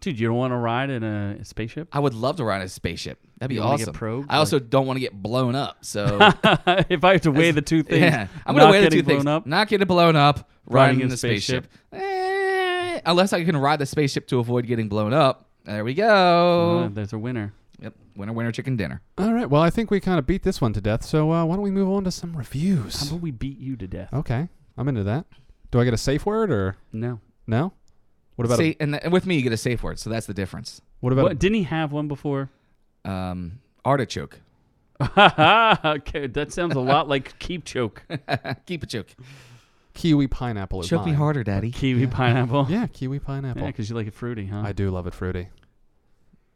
A: Dude, you don't want to ride in a spaceship? <laughs>
B: I would love to ride a spaceship. That'd be
A: You wanna get
B: awesome.
A: probed?
B: I also don't want to get blown up. So
A: if I have to <laughs> weigh the
B: <laughs>
A: two things,
B: yeah, I'm
A: not
B: gonna weigh the
A: getting
B: two things:
A: blown up.
B: not getting blown up,
A: Riding
B: riding,
A: in
B: in
A: a
B: the spaceship. Eh, unless I can ride the spaceship to avoid getting blown up. There we
A: Uh,
B: go.
A: there's a winner.
B: yep, winner, winner, chicken dinner.
C: All right. Well, I think we kind of beat this one to death. So uh, why don't we move on to some
A: How
C: reviews?
A: about we beat you to death?
B: Oh.
C: Okay, I'm into that. Do I get a safe word or
A: No.
C: no? What about
B: See,
C: a,
B: and, th- and with me, you get a safe word, so that's the difference.
C: what about
A: What, didn't he have one <laughs> before?
B: um, artichoke. <laughs>
A: okay, that sounds a lot like keep choke.
B: Keep a choke.
C: a kiwi pineapple? Is mine.
A: <laughs>
B: daddy.
A: Kiwi pineapple.
C: Yeah, kiwi pineapple.
A: because you like it fruity, huh?
C: I do love it fruity.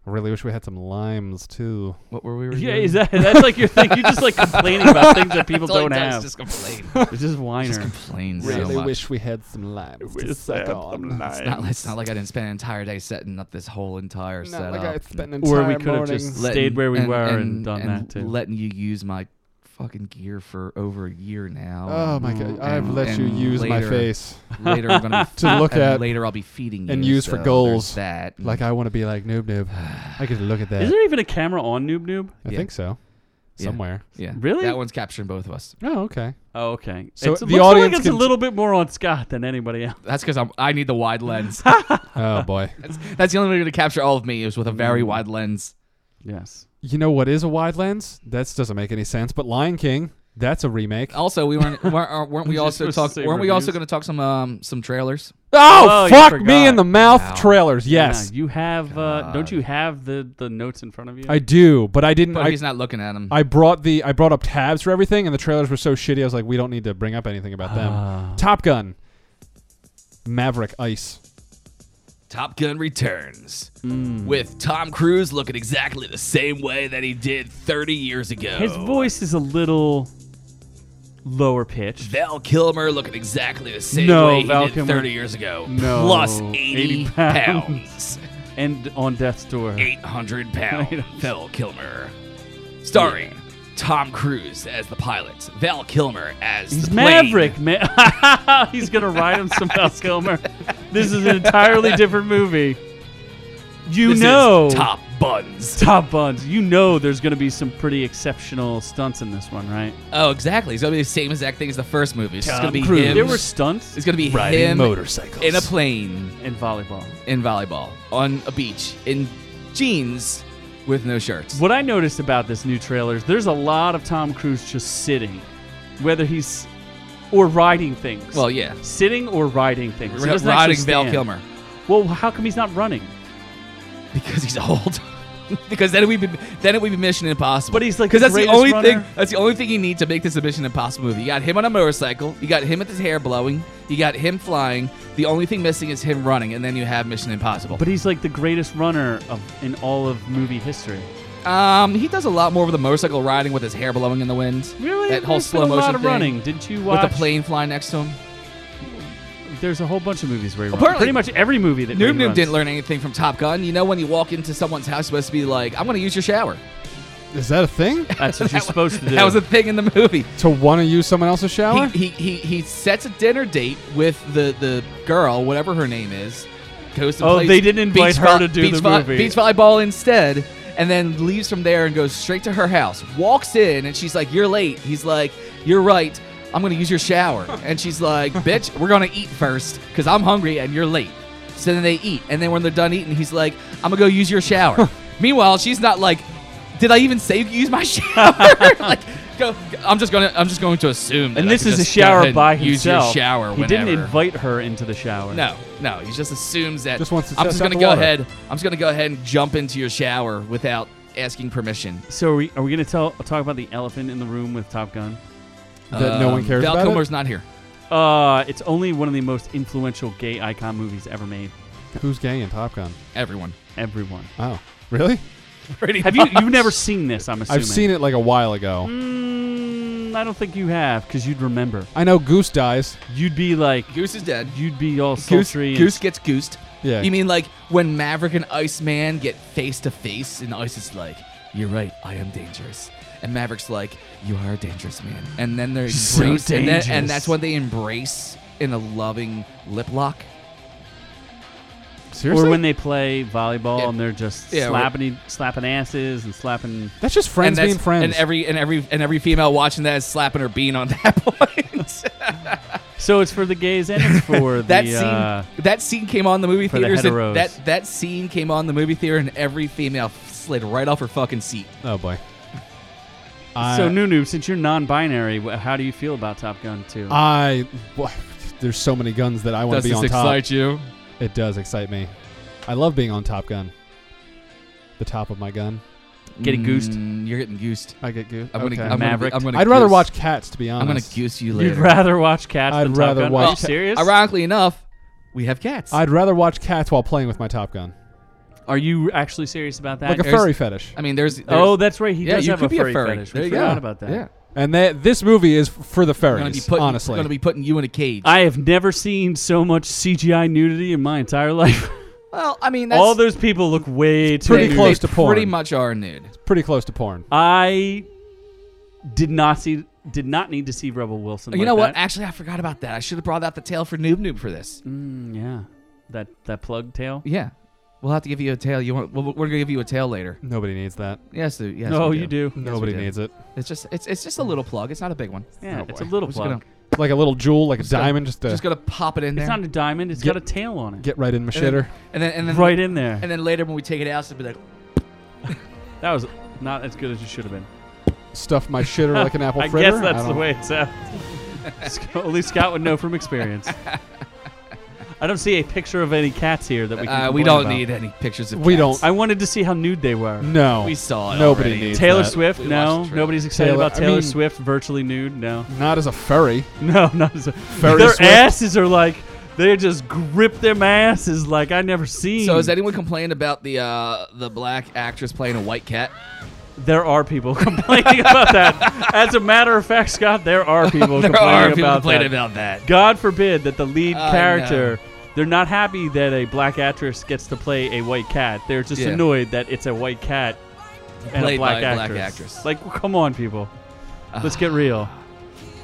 C: I really wish we had some limes too.
B: What were we?
A: <laughs> yeah, is that that's like your thing? You're just <laughs> like complaining about things that people
B: That's all he
A: don't
B: does,
A: have.
B: Just
C: <laughs>
B: complain.
A: it's just whiner.
B: just complain.
C: really
B: so much.
C: wish we had some limes to suck on. <laughs> Not
B: It's not, it's not like I didn't spend an entire day setting up this whole entire setup.
C: like I spent an entire
A: Or we could have
C: morning.
A: just stayed where we were and, done that too.
B: Letting you use my fucking gear for over a year now.
C: Oh
B: And
C: my god! I've
B: and-
C: let you
B: and
C: use my
B: later-
C: face.
B: Later, I'm gonna be,
C: <laughs> To look
B: and
C: at
B: Later, I'll be feeding you
C: and use for
B: so there's
C: goals.
B: That
C: Like I want to be like Noob Noob. I could look at that.
A: Is there even a camera on Noob Noob?
C: I
B: Yeah.
C: think so.
B: Yeah.
C: Somewhere.
B: yeah,
A: Really?
B: That one's capturing both of us.
C: Oh, okay.
A: Oh, okay.
C: So
A: it's,
C: the
A: looks
C: audience
A: like it's a
C: can-
A: little bit more on Scott than anybody else.
B: That's because I'm. I need
A: <laughs>
B: the wide lens.
C: Oh boy.
B: That's, that's the only way you're gonna capture all of me is with a very
A: Mm.
B: wide lens.
A: Yes.
C: You know what is a wide lens? That doesn't make any sense. But Lion King, that's a remake.
B: Also, we weren't weren't,
A: <laughs>
B: weren't we
A: Just
B: also
A: supposed to
B: talk
A: say
B: weren't we also
A: reviews.
B: gonna talk some um some trailers?
A: Oh,
C: Oh,
A: you
C: fuck
A: forgot.
C: me in the mouth
B: Wow.
C: trailers. Yes,
A: Yeah, you have. Uh, don't you have the the notes in front of you?
C: I do, but I didn't.
B: But
C: I,
B: he's not looking at them.
C: I brought the I brought up tabs for everything, and the trailers were so shitty. I was like, we don't need to bring up anything about them.
B: Ah.
C: Top Gun, Maverick, Ice.
B: Top Gun returns
A: Mm.
B: with Tom Cruise looking exactly the same way that he did 30 years ago.
A: His voice is a little lower pitched.
B: Val Kilmer looking exactly the same
A: No,
B: way he
A: Val
B: did
A: Kilmer.
B: 30 years ago.
A: No,
B: Plus 80,
A: 80
B: pounds.
A: And on death's door. <laughs>
B: 800 pound Val Kilmer. Starring Tom Cruise as the pilot, Val Kilmer as
A: He's
B: the plane.
A: Maverick, man. <laughs> He's gonna ride him some Val Kilmer. This is an entirely different movie. You
B: This is
A: know,
B: Top Buns.
A: Top Buns. You know, there's gonna be some pretty exceptional stunts in this one, right?
B: Oh, exactly. It's gonna be the same exact thing as the first movie. It's just gonna be him.
A: There were stunts
B: it's gonna be
C: Riding
B: him
C: motorcycles.
B: in a plane
A: in volleyball.
B: in volleyball on a beach in jeans with no shirts.
A: What I noticed about this new trailer is there's a lot of Tom Cruise just sitting, whether he's or riding things.
B: Well, yeah.
A: sitting or riding things. He
B: R-
A: doesn't actually
B: riding Val
A: stand.
B: Kilmer
A: Well, how come he's not running?
B: because he's old. <laughs> because then we would be then it would be Mission Impossible.
A: But he's like
B: because
A: the
B: that's the
A: greatest
B: only
A: runner.
B: thing. That's the only thing you need to make this a Mission Impossible movie. You got him on a motorcycle. You got him with his hair blowing. You got him flying. The only thing missing is him running, and then you have Mission Impossible.
A: But he's like the greatest runner of in all of movie history.
B: um, he does a lot more with the motorcycle riding with his hair blowing in the wind.
A: Really?
B: that whole
A: There's been
B: slow motion
A: a lot of
B: thing
A: running. Didn't you
B: with
A: watch?
B: the plane flying next to him.
A: There's a whole bunch of movies where he runs.
B: Apparently-
A: pretty much every movie that
B: Noob
A: he
B: Noob
A: runs.
B: didn't learn anything from Top Gun. You know when you walk into someone's house, you're supposed to be like, "I'm going to use your shower." <laughs>
C: Is that a thing?
A: That's what you're supposed to do.
B: That was a thing in the movie.
C: to want to use someone else's shower?
B: He, he, he, he sets a dinner date with the, the girl, whatever her name is. Goes to
A: Oh,
B: plays
A: they didn't invite
B: beach
A: her
B: vo-
A: to do
B: beach
A: the
B: vo-
A: movie.
B: Beach volleyball instead, and then leaves from there and goes straight to her house. Walks in and she's like, "You're late." He's like, "You're right. I'm gonna use your
A: <laughs>
B: shower. And she's like, bitch, we're gonna eat first because I'm hungry and you're late. So then they eat, and then when they're done eating, he's like, I'm gonna go use
A: <laughs>
B: your shower. Meanwhile, she's not like, did I even say use
A: <laughs>
B: my <laughs> shower? like, go. I'm just gonna. I'm just going to assume. That
A: And
B: I
A: this
B: can
A: is a
B: just go ahead
A: shower
B: and
A: by
B: use your
A: himself.
B: shower.
A: He
B: whenever.
A: didn't invite her into the shower.
B: No, no. He just assumes that.
C: Just wants to
B: I'm
C: test
B: just
C: out
B: gonna
C: the
B: go
C: water.
B: ahead. I'm just gonna go ahead and jump into your shower without asking permission.
A: So are we, are we going to tell talk about the elephant in the room with Top Gun?
C: that no one
B: Um,
C: cares
B: Val
C: about.
B: Kilmer's
C: It?
B: not here.
A: Uh, it's only one of the most influential gay icon movies ever made.
C: Who's gay in Top Gun?
B: Everyone.
A: Everyone.
C: Oh, <laughs> really?
B: Pretty
A: Have you
B: much.
A: you've never seen this? I'm assuming.
C: I've seen it like a while ago.
A: Mm, I don't think you have because you'd remember.
C: I know Goose dies.
A: You'd be like
B: <laughs> Goose is dead.
A: you'd be all
B: Goose,
A: sultry. and-
B: Goose gets goosed.
C: Yeah.
B: You mean like when Maverick and Iceman get face to face, and Ice is like, "You're right, I am dangerous," and Maverick's like, "You are a dangerous man." And then they're
A: So
B: embraced, and, then- and
A: dangerous.
B: that's when they embrace in a loving lip lock.
C: Seriously?
A: Or when they play volleyball
B: Yeah.
A: and they're just
B: Yeah, or-
A: slapping e- slapping asses and slapping.
C: that's just friends
B: and that's-
C: being friends.
B: And every and every and every female watching that is slapping her bean on that <laughs> point.
A: So it's for the gays and it's
B: <laughs>
A: for
B: that
A: the.
B: scene
A: uh,
B: that scene came on the movie
A: for the
B: theaters. and
A: heteros.
B: that that scene came on the movie theater, and every female slid right off her fucking seat.
C: oh boy. I,
A: so Nunu, since you're non-binary, wh- how do you feel about Top Gun 2?
C: I. Boy, there's so many guns that I want to be on top.
B: you?
C: It does excite me. I love being on Top Gun. The top of my gun.
A: Getting goosed?
B: Mm, you're getting goosed.
C: I get goose.
B: I'm
C: okay.
B: gonna. I'm
A: Maverick.
B: Gonna, I'm gonna
C: I'd rather
B: goose-
C: watch cats, to be honest.
B: I'm gonna goose you later.
A: You'd rather watch Cats
C: I'd
A: than
C: rather
A: Top Gun? Are
C: watch
A: you
C: Ca-
A: serious?
B: Ironically enough, we have cats. I,
C: I'd rather watch cats while playing with my Top Gun,
A: Are you actually serious about that?
C: like a
B: there's-
C: furry fetish.
B: mean, there's. there's
A: oh, that's right. He
B: yeah,
A: does
B: you
A: have
B: could
A: a furry,
B: be a furry.
A: fetish. We
B: There you
A: forgot
B: go.
A: about that.
B: Yeah.
C: And that this movie is f- for the
B: We're gonna be
C: furries.
B: putting.
C: honestly,
B: we're gonna be putting you in a cage.
A: I have never seen so much CGI nudity in my entire <laughs> life.
B: well, I mean, that's
A: All those people look way too
C: pretty
A: nude.
C: close to
B: pretty
C: porn.
B: much are nude.
C: pretty close to porn.
A: I did not see did not need to see Rebel Wilson.
B: You
A: like
B: know what?
A: that.
B: Actually, I forgot about that. I should have brought out the tail for Noob Noob for this.
A: Mm, yeah, that that plug tail.
B: Yeah, we'll have to give you a tail. You want? We'll, we're gonna give you a tail later.
C: Nobody needs that.
B: Yes, we- yes.
A: no,
B: we
A: you do.
C: Nobody
B: do.
C: needs it.
B: It's just it's it's just a little plug. It's not a big one.
A: Yeah,
C: Oh,
A: it's a
C: boy.
A: little
B: We're just
A: plug.
B: gonna-
C: Like a little jewel, like a
B: gonna-
C: diamond, just to
B: Just gonna pop it in there.
A: It's not a diamond. It's got a tail on it.
C: get right in my
B: and then,
C: shitter.
B: and then and then
A: right in there.
B: and then later when we take it out, it'll be like
A: that was not as good as it should have been.
C: Stuff my shitter like
B: <laughs>
C: an apple
A: I
C: fritter.
A: guess that's the
C: don't-
A: way it sounds. Sc- At least Scott would know from experience. I don't see a picture of any cats here that we can.
B: uh, we
A: complain
B: don't
A: about.
B: need any pictures of.
C: We
B: cats.
A: I wanted to see how nude they were.
C: No,
B: We saw it.
C: Nobody
B: already.
C: needs
A: Taylor
C: that.
A: Swift,
B: We watched
A: no.
B: the trailer.
A: Nobody's excited
C: Taylor-
A: about
C: I
A: Taylor
C: mean-
A: Swift, virtually nude, no.
C: not as a furry.
A: <laughs> No, not as a,
C: Very
A: Their
C: swift.
A: asses are like they just grip their asses like I never seen.
B: So has anyone complained about the uh, the black actress playing a white cat? e-
A: there are people <laughs> complaining about that. As a matter of fact, Scott, there
B: <laughs>
A: are people
B: There
A: complaining
B: are people
A: about
B: complaining
A: that.
B: about that.
A: God forbid that the lead
B: I
A: character. They're not happy that a black actress gets to play a white cat. They're just
B: Yeah.
A: annoyed that it's a white cat and a
B: Played
A: black
B: by a
A: actress.
B: black actress. Ah.
A: Like, come on, people. Let's get real.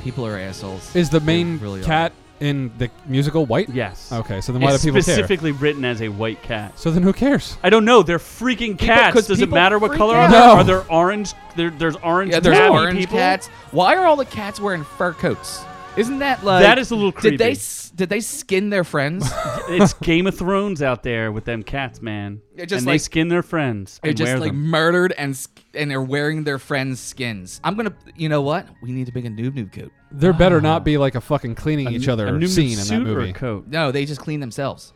B: People are assholes.
C: Is the main
B: They really are.
C: cat in the musical white?
A: Yes.
C: Okay, so then why
A: It's
C: do people care?
A: specifically written as a white cat.
C: So then who cares?
A: I don't know. They're freaking cats.
B: 'cause
A: Does it
B: people
A: matter what
B: freak
A: color
B: out.
A: are they?
C: No.
A: Are there orange? There, there's orange.
B: Yeah, there's
A: tabby
B: orange
A: people?
B: cats. Why are all the cats wearing fur coats? Isn't that like
A: That is a little
B: Did they
A: creepy.
B: s- did they skin
A: <laughs>
B: their friends?
A: <laughs> It's Game of Thrones out there with them cats, man.
B: They're just
A: and they
B: like-
A: skin their friends
B: They're
A: and
B: just
A: wear
B: like
A: them.
B: murdered and sk- and they're wearing their friends' skins. I'm gonna, you know what? We need to make a noob noob coat.
C: There better not be like a fucking cleaning each other
A: a new
C: scene in
A: suit
C: that
A: or
C: movie.
A: coat.
B: No, they just clean themselves.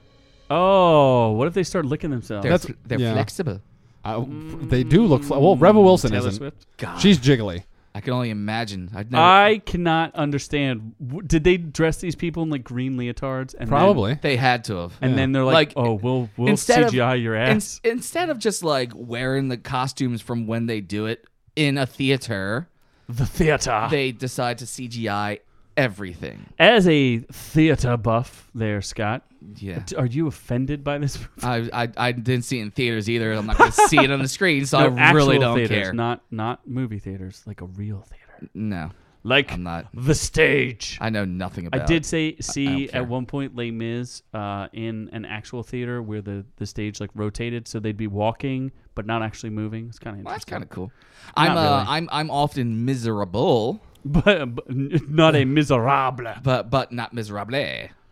A: Oh, what if they start licking themselves?
B: They're
C: That's-
B: fl- they're
C: yeah.
B: flexible.
C: I- they do look. Fl- well, Rebel Wilson
A: Mm, Taylor
C: isn't.
A: Swift.
B: God,
C: She's jiggly.
B: I can only imagine. I'd never,
A: I cannot understand. W- Did they dress these people in like green leotards? And then-
C: Probably.
B: <laughs> they had to have.
A: and then they're like,
B: Like,
A: "Oh, we'll we'll
B: instead of-
A: CGI your
B: In-
A: ass."
B: instead of just like wearing the costumes from when they do it in a theater,
A: the theater.
B: they decide to CGI everything.
A: As a theater buff, there, Scott.
B: Yeah.
A: D- Are you offended by this? <laughs> movie?
B: I, I, I didn't see it in theaters either. I'm not going to see it on the screen,
A: <laughs>
B: so
A: No,
B: I really
A: actual
B: don't
A: theaters,
B: care.
A: Not not movie theaters, like a real theater,
B: no,
A: like
B: I'm not.
A: the stage.
B: I know nothing about
A: I
B: it.
A: did say see
B: care.
A: at one point Les Mis uh, in an actual theater where the, the stage like rotated, so they'd be walking but not actually moving. It's kind of
B: Well, that's
A: interesting.
B: kind of cool. I'm uh,
A: really.
B: I'm I'm often miserable
A: <laughs> but, but not a miserable.
B: but but not miserable.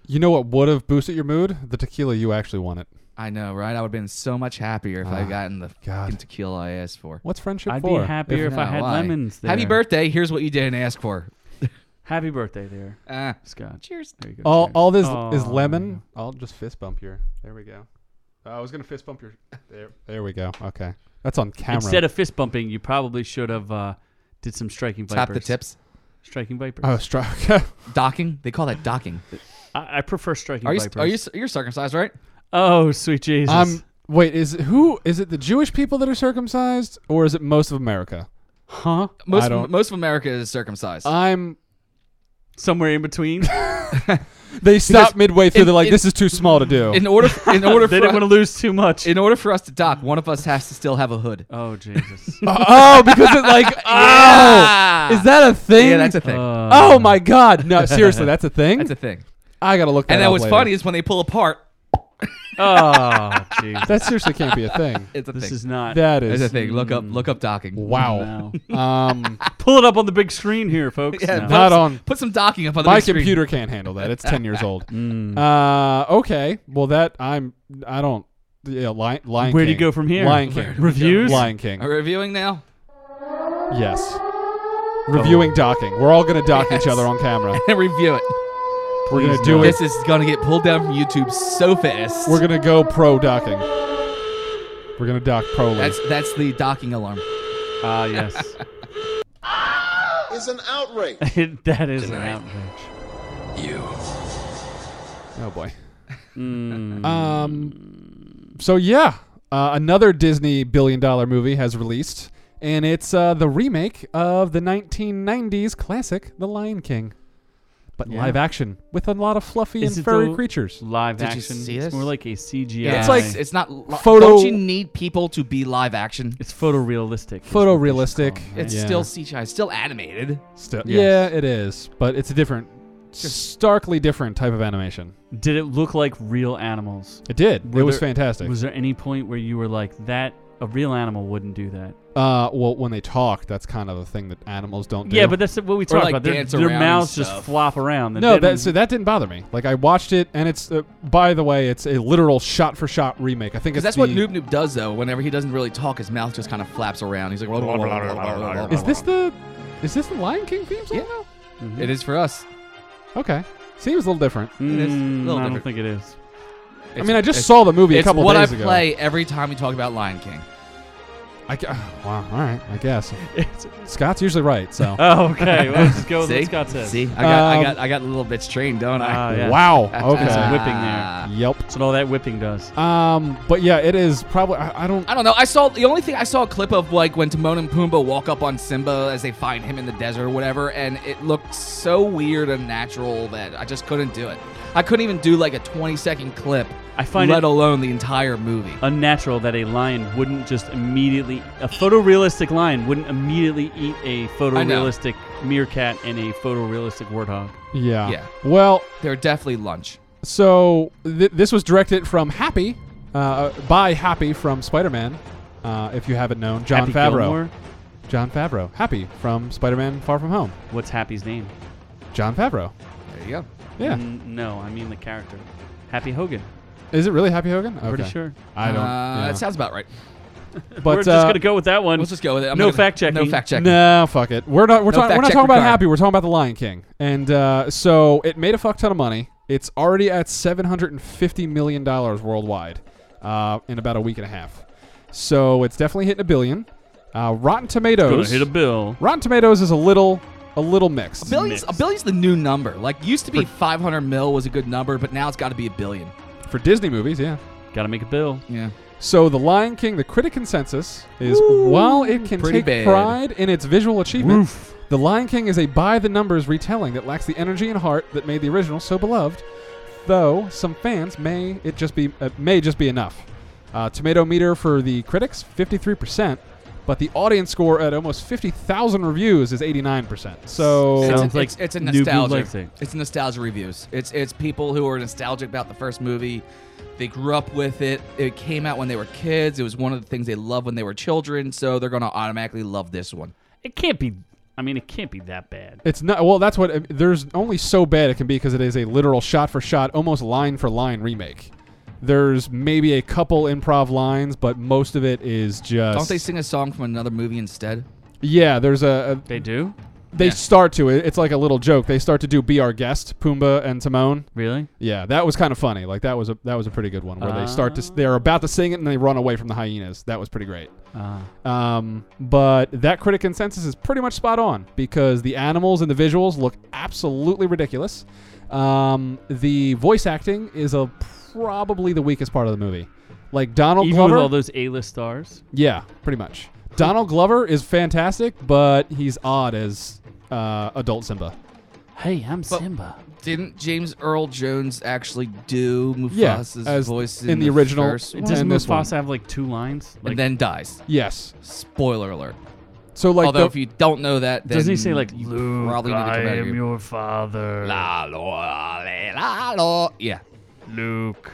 C: You know what would have boosted your mood? The tequila you actually wanted.
B: I know, right? I would have been so much happier if I
A: Ah,
B: had gotten the fucking tequila I asked for.
C: What's friendship
A: I'd
C: for?
A: be happier if, I
B: Not
A: had
B: why.
A: lemons there.
B: Happy birthday! Here's what you didn't ask for.
A: Happy birthday there,
B: Ah.
A: Scott.
B: cheers.
A: There you go.
C: <laughs> All, all this is
A: Oh,
C: lemon. I'll just fist bump your. There we go. Uh, I was gonna fist bump your. <laughs> There, there we go. Okay, that's on camera.
A: Instead of fist bumping, you probably should have uh, did some striking vipers.
B: Top the tips.
A: Striking vipers.
C: oh, <laughs> stroke.
B: Docking. They call that docking.
A: I, I prefer striking
B: Are you
A: vipers.
B: are you you're circumcised, right?
A: Oh, sweet Jesus.
C: I'm. Wait, is it who? Is it the Jewish people that are circumcised, or is it most of America?
A: huh?
B: Most
C: I don't-
B: most of America is circumcised.
A: Uh,
C: I'm.
A: Somewhere in
B: <laughs>
A: between.
C: They stop midway through.
B: in-
C: they're like,
B: in-
C: "This is too small to do."
B: in order in
A: <laughs>
B: order
A: they
B: for
A: didn't want to
B: us,
A: lose too much.
B: in order for us to dock, one of us has to still have a hood.
A: oh,
B: <laughs>
A: Jesus.
C: <laughs> oh, because it's like, oh, is that a thing?
B: Ah! Yeah, that's a thing.
C: <laughs>
A: Uh, <laughs>
C: Oh my God! No, seriously, that's a thing.
B: <laughs> that's a thing.
C: I gotta look. That
B: And then
C: up
B: what's
C: later.
B: funny is when they pull apart,
A: oh, Jesus.
C: That seriously can't be
B: <laughs>
C: a thing.
B: it's a
A: This
B: thing.
A: is not.
C: That is
B: It's a thing. Look up look up docking.
C: Wow.
A: No.
B: <laughs>
C: Um,
A: <laughs> Pull it up on the big screen here, folks.
B: Yeah,
A: No.
B: put,
C: Not
B: some-
C: on-
B: put some docking up on the
C: my
B: big screen.
C: computer can't handle that. It's ten
A: <laughs>
C: years old.
A: Mm.
C: Uh, okay. Well, that I'm. I don't. Yeah, Lion, Lion
A: Where do
C: King.
A: you go from here?
C: Lion King.
A: Reviews?
C: Lion King.
B: Are we reviewing now? <laughs>
C: Yes. Reviewing docking. We're all gonna dock each
B: Yes.
C: other on camera.
B: And review it.
C: We're
A: Please
C: gonna do
A: no.
C: it.
B: This is gonna get pulled down from YouTube so fast.
C: We're gonna go pro docking. We're gonna dock pro.
B: that's that's the docking alarm.
A: Ah,
B: <laughs>
A: yes.
G: Ah! is an outrage.
A: <laughs> It- that is an outrage.
C: Oh boy.
A: Hmm.
C: Um. So yeah, uh, another Disney billion-dollar movie has released, and it's uh, the remake of the 1990s classic, The Lion King, but live action with a lot of fluffy
A: Is
C: and
A: it
C: furry
A: the
C: creators.
A: Live
B: Did you
A: action.
B: see
A: it's
B: this?
A: more like a CGI.
B: it's like it's not li-
C: Photo-
B: Don't you need people to be live action?
A: It's photorealistic. is what they should
C: Photorealistic.
A: call it, right?
B: It's
C: Yeah.
B: still CGI. It's still animated.
C: Still,
A: Yes.
C: yeah, it is, but it's a different, starkly different type of animation.
A: Did it look like real animals?
C: It did.
A: Were
C: it was
A: there-
C: fantastic.
A: Was there any point where you were like, that a real animal wouldn't do that?
C: uh, well, when they talk, that's kind of a thing that animals don't do.
A: Yeah, but that's what we talk
B: like,
A: about. Their,
B: dance
A: their
B: around and
A: mouths just
B: stuff.
A: flop around. They
C: No,
A: don't-
C: that, so that didn't bother me. Like I watched it, and it's uh, by the way, it's a literal shot-for-shot remake. I think
B: Because
C: it's
B: that's what
C: the-
B: Noob Noob does though. Whenever he doesn't really talk, his mouth just kind of flaps around. He's like, "Blah, blah, blah, blah, blah, blah, blah, blah."
C: Is this the is this the Lion King theme song?
B: Yeah.
C: now?
B: It is for us.
C: Okay. Seems a little different.
A: Mm,
B: is a little
A: I don't
B: different.
A: think it
B: <laughs>
A: is.
C: I mean, I just saw the movie a
B: It's
C: couple
B: what I
C: days ago.
B: play every time we talk about Lion King.
C: I gu- <sighs> wow. All right. I guess <laughs> Scott's usually right. <laughs> So.
A: oh, okay. Well, let's go with
B: See?
A: what Scott says.
B: See, I got,
C: Um, uh,
B: I got, I got a little bit's trained, don't <laughs> I?
C: Oh,
B: Ah.
A: Ah, yeah.
C: Wow.
A: That's some
C: Okay.
A: whipping there.
C: <laughs> yep.
A: That's what all that whipping does.
C: Um. But yeah, it is probably. I, I don't.
B: I don't know. I saw the only thing I saw a clip of like when Timon and Pumbaa walk up on Simba as they find him in the desert or whatever, and it looked so weird and natural that I just couldn't do it. I couldn't even do like a 20 second clip,
A: I find
B: let
A: it
B: alone the entire movie.
A: unnatural that a lion wouldn't just immediately a photorealistic lion wouldn't immediately eat a photorealistic meerkat and a photorealistic warthog.
C: Yeah.
B: Yeah.
C: Well,
B: They're definitely lunch.
C: so th- this was directed from Happy, uh, by Happy from Spider-Man. Uh, if you haven't known, John
A: Happy
C: Favreau.
A: Gilmore?
C: John Favreau. Happy from Spider-Man: Far From Home.
A: What's Happy's name?
C: John Favreau.
B: There you go.
C: Yeah.
A: Mm, no, I mean the character. Happy Hogan.
C: Is it really Happy Hogan? Okay.
A: Pretty sure.
C: I don't.
B: Uh,
C: yeah.
B: That sounds about right.
C: but
A: We're
C: uh,
A: just gonna go with that one.
B: Let's just go with it. I'm
A: No
B: gonna-
A: fact checking.
B: No fact checking.
C: No, fuck it. We're not. We're,
B: No
C: talking,
B: fact
C: we're not
B: check
C: talking about
B: required.
C: Happy. We're talking about the Lion King. And uh, so it made a fuck ton of money. It's already at seven hundred and fifty million dollars worldwide uh, in about a week and a half. So it's definitely hitting a billion. Uh, Rotten
A: Gonna
C: Tomatoes.
A: hit a bill.
C: Rotten Tomatoes is a little, a little mixed.
B: Billions, a billion's the new number. Like used to be 500 mil was a good number, but now it's got to be a billion.
C: for Disney movies. Yeah.
A: Gotta make a bill.
B: Yeah.
C: So the Lion King, the critic consensus is while it can
B: pretty
C: take
B: bad.
C: pride in its visual achievement, the Lion King is a by the numbers retelling that lacks the energy and heart that made the original so beloved. Though some fans may it just be uh, may just be enough. Uh, tomato meter for the critics, 53%, but the audience score at almost 50,000 reviews is 89%. So
A: Sounds
B: it's,
A: like
B: it's, it's a
A: new bootleg
B: nostalgia.
A: thing.
B: It's nostalgia reviews. It's it's people who are nostalgic about the first movie. They grew up with it. It came out when they were kids. It was one of the things they loved when they were children. So they're gonna automatically love this one.
A: It can't be I mean, it can't be that bad.
C: It's not. Well, that's what. um, There's only so bad it can be because it is a literal shot for shot, almost line for line remake. There's maybe a couple improv lines, but most of it is just.
B: Don't they sing a song from another movie instead?
C: Yeah, there's a. a
A: They do?
C: they start to. It's like a little joke. They start to do "Be Our Guest," Pumbaa and Timon.
A: Really?
C: Yeah, that was kind of funny. Like that was a that was a pretty good one where they start to
B: Ah.
C: s- they're about to sing it and they run away from the hyenas. That was pretty great.
A: Ah.
C: Um, but that critic consensus is pretty much spot on because the animals and the visuals look absolutely ridiculous. Um, the voice acting is a probably the weakest part of the movie. Like Donald
A: Even
C: Glover,
A: with all those A-list stars?
C: yeah, pretty much. Donald Glover is fantastic, but he's odd as uh, adult Simba.
A: Hey, I'm Simba.
B: Didn't James Earl Jones actually do
C: Yeah,
B: Mufasa's
C: as
B: voice
C: in the original-
B: first one?
C: Well,
A: Does
C: and this one.
A: Mufasa have like two lines? Like,
B: and then dies?
C: Yes.
B: Spoiler alert.
C: So like
B: Although
C: the-
B: if you don't know that, then
A: doesn't he say like,
B: you
A: Luke,
B: probably need to
A: I
B: come out of
A: am
B: your-
A: your father.
B: La, lo, la, la, lo. Yeah,
A: Luke,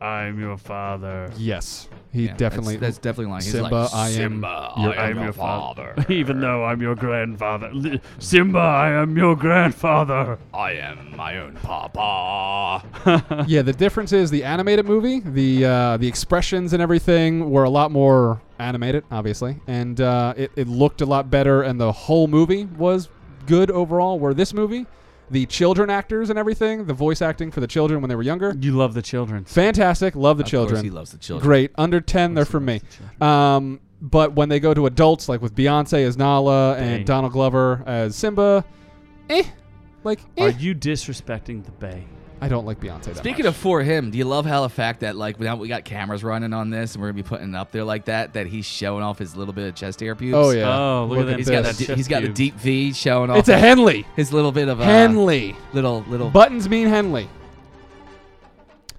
A: I'm your father.
C: yes, he
B: yeah,
C: definitely
B: That's, that's definitely lying. He's
C: Simba,
B: like,
C: I am
B: Simba,
A: your-
B: I
A: I'm
B: am
A: your
B: your
A: father."
B: father.
A: Even though I'm your grandfather. Li- Simba, I am your grandfather.
B: I am my own papa.
C: Yeah, the difference is the animated movie, the uh, the expressions and everything were a lot more animated, obviously, and uh, it, it looked a lot better, and the whole movie was good overall. Where this movie, the children actors and everything, the voice acting for the children when they were younger,
A: You love the children.
C: fantastic. Love the
B: Of
C: children.
B: course, he loves the children.
C: Great. Under 10, they're for me. Um, but when they go to adults, like with Beyonce as Nala
A: They-
C: and Donald Glover as Simba, eh. Like, eh.
A: Are you disrespecting the Bay?
C: I don't like Beyonce that
B: Speaking
C: much.
B: of for him, do you love how the fact that like now we got cameras running on this and we're gonna be putting it up there like that that he's showing off his little bit of chest hair pubes?
C: Oh, yeah.
A: Oh, look at them
B: he's
A: Yeah,
B: got
A: that
B: a,
A: chest
B: he's got a
A: pubes.
B: deep V showing off
C: It's a Henley.
B: his little bit of a
C: Henley.
B: little little.
C: Buttons mean Henley.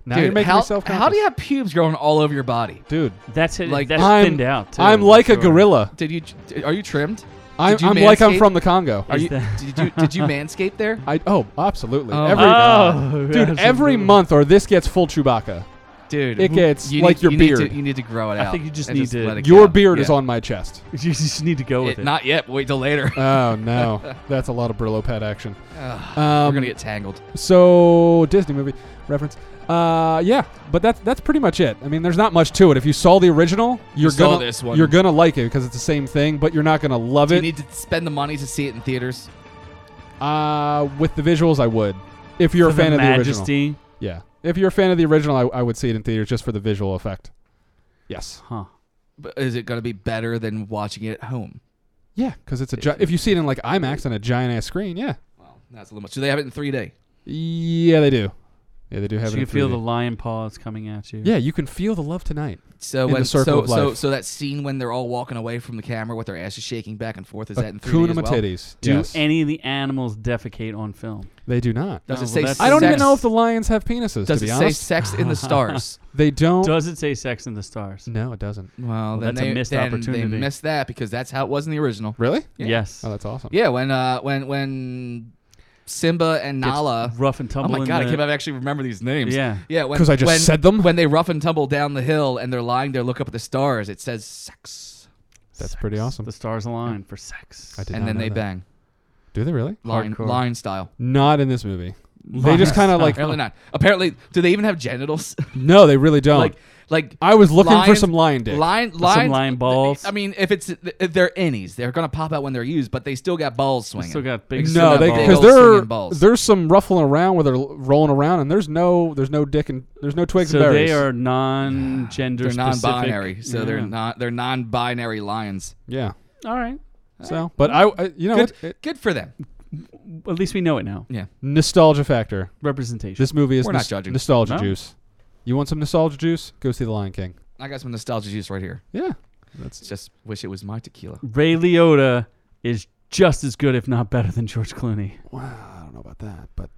C: Now
B: Dude,
C: you're making
B: how,
C: yourself
B: how do you have pubes growing all over your body?
C: dude?
A: That's it.
B: Like,
A: that's
C: I'm,
A: thinned out. Too,
C: I'm
A: for
C: like a
A: sure.
C: gorilla.
B: Did you are you
C: <laughs>
B: trimmed?
C: I'm,
B: you
C: I'm like I'm
B: manscape?
C: from the Congo.
B: Are
A: Is
B: you
A: that-
B: did you did you manscape there?
C: I oh, absolutely.
B: Oh
C: every
B: my
A: <laughs> Oh,
C: dude, every
A: absolutely.
C: month or this gets full Chewbacca.
B: Dude,
C: It gets
B: you
C: like
B: need,
C: your
B: you Need
C: beard.
B: to, you need to grow it out.
A: I think you just
B: and
A: need to-
B: let it
C: Your
B: go.
C: beard is
B: Yeah.
C: on my chest.
A: You just need to go with
B: It-
A: it.
B: Not yet. Wait till
C: <laughs>
B: later.
C: Oh
B: <laughs>
C: no, that's a lot of Brillo pad action. Um,
B: We're gonna get tangled.
C: so Disney movie reference. Uh, yeah, but that's that's pretty much it. I mean, there's not much to it. If you saw the original, you're
B: saw
C: gonna
B: this one.
C: you're gonna like it because it's the same thing, but you're not gonna love
B: Do
C: it.
B: you need to spend the money to see it in theaters?
C: Uh, with the visuals, I would. If you're
A: For
C: a fan
A: the
C: of the original,
A: majesty.
C: yeah. If you're a fan of the original, I, I would see it in theaters just for the visual effect. Yes.
A: Huh.
B: But is it gonna be better than watching it at home?
C: Yeah, because it's a gi- if you see it in like IMAX on a giant ass screen, yeah,
B: Well, that's a little much. Do they have it in 3D?
C: yeah, they do. Yeah, they do have
A: So
C: it.
A: you
C: in
A: feel the
C: 3D.
A: lion paws coming at you.
C: yeah, you can feel the love tonight.
B: So
C: In the
B: when
C: circle
B: so
C: of
B: so
C: life.
B: so that scene when they're all walking away from the camera with their asses shaking back and forth is that in 3D
C: Akuna
B: as well?
C: Matitties.
A: Do
C: yes.
A: any of the animals defecate on film?
C: they do not.
B: Does
A: No,
B: it say
A: well, that's-
C: I don't even
B: sex-
C: know if the lions have penises.
B: Does
C: to
B: it
C: be
B: say
C: honest,
B: sex
C: <laughs>
B: in the stars?
C: they don't.
A: Does it say Sex in the Stars?
C: no, it doesn't.
B: Well, then
A: that's a
B: they,
A: missed
B: then
A: opportunity.
B: They missed that because that's how it was in the original.
C: Really?
B: Yeah.
A: Yes.
C: Oh, that's awesome.
B: Yeah, when uh when when Simba and Nala
A: rough and
B: Oh
A: tumble.
B: my
A: in
B: god, I
A: the-
B: can't believe I actually remember these names.
A: Yeah.
B: Yeah, when-
C: 'Cause I just
B: when-
C: said them?
B: When they rough and tumble down the hill and they're lying there look up at the stars, it says sex.
C: That's pretty awesome.
A: The stars align for sex.
C: I did
B: And
C: not
B: then
C: know
B: they
C: that.
B: bang.
C: Do they really?
B: Line,
A: Hardcore.
B: line style.
C: Not in this movie. They just kind of like
B: Apparently not. Apparently, do they even have genitals? <laughs>
C: no, they really don't.
B: like, like
C: I was looking for
B: lions-
C: some lion dick.
B: Lion,
A: some
B: lions,
A: lion balls.
B: I mean, if it's if they're innies, they're gonna pop out when they're used, but they still got balls swinging.
A: Still got big.
C: No,
A: snout
C: they
A: balls.
B: big
C: because
B: old
C: there
B: swinging balls.
C: there's some ruffling around where they're l- rolling around, and there's no there's no dick and there's no twigs
A: so
C: and berries.
A: they are non-gender.
B: they're
A: specific.
B: non-binary, so they're
A: Yeah.
B: not they're non-binary lions.
C: yeah.
A: All right.
B: Eh.
C: So, but I, I you know
B: Good,
C: it, it-
B: good for them.
A: At least we know it now.
B: Yeah,
C: nostalgia factor.
A: Representation.
C: This movie is
B: We're not
C: nos-
B: judging.
C: nostalgia
A: No.
C: juice. You want some nostalgia juice? Go see The Lion King.
B: I got some nostalgia juice right here.
C: Yeah, that's
B: Just wish it was my tequila.
A: Ray Liotta is just as good, if not better, than George Clooney.
C: wow. I don't know about that, but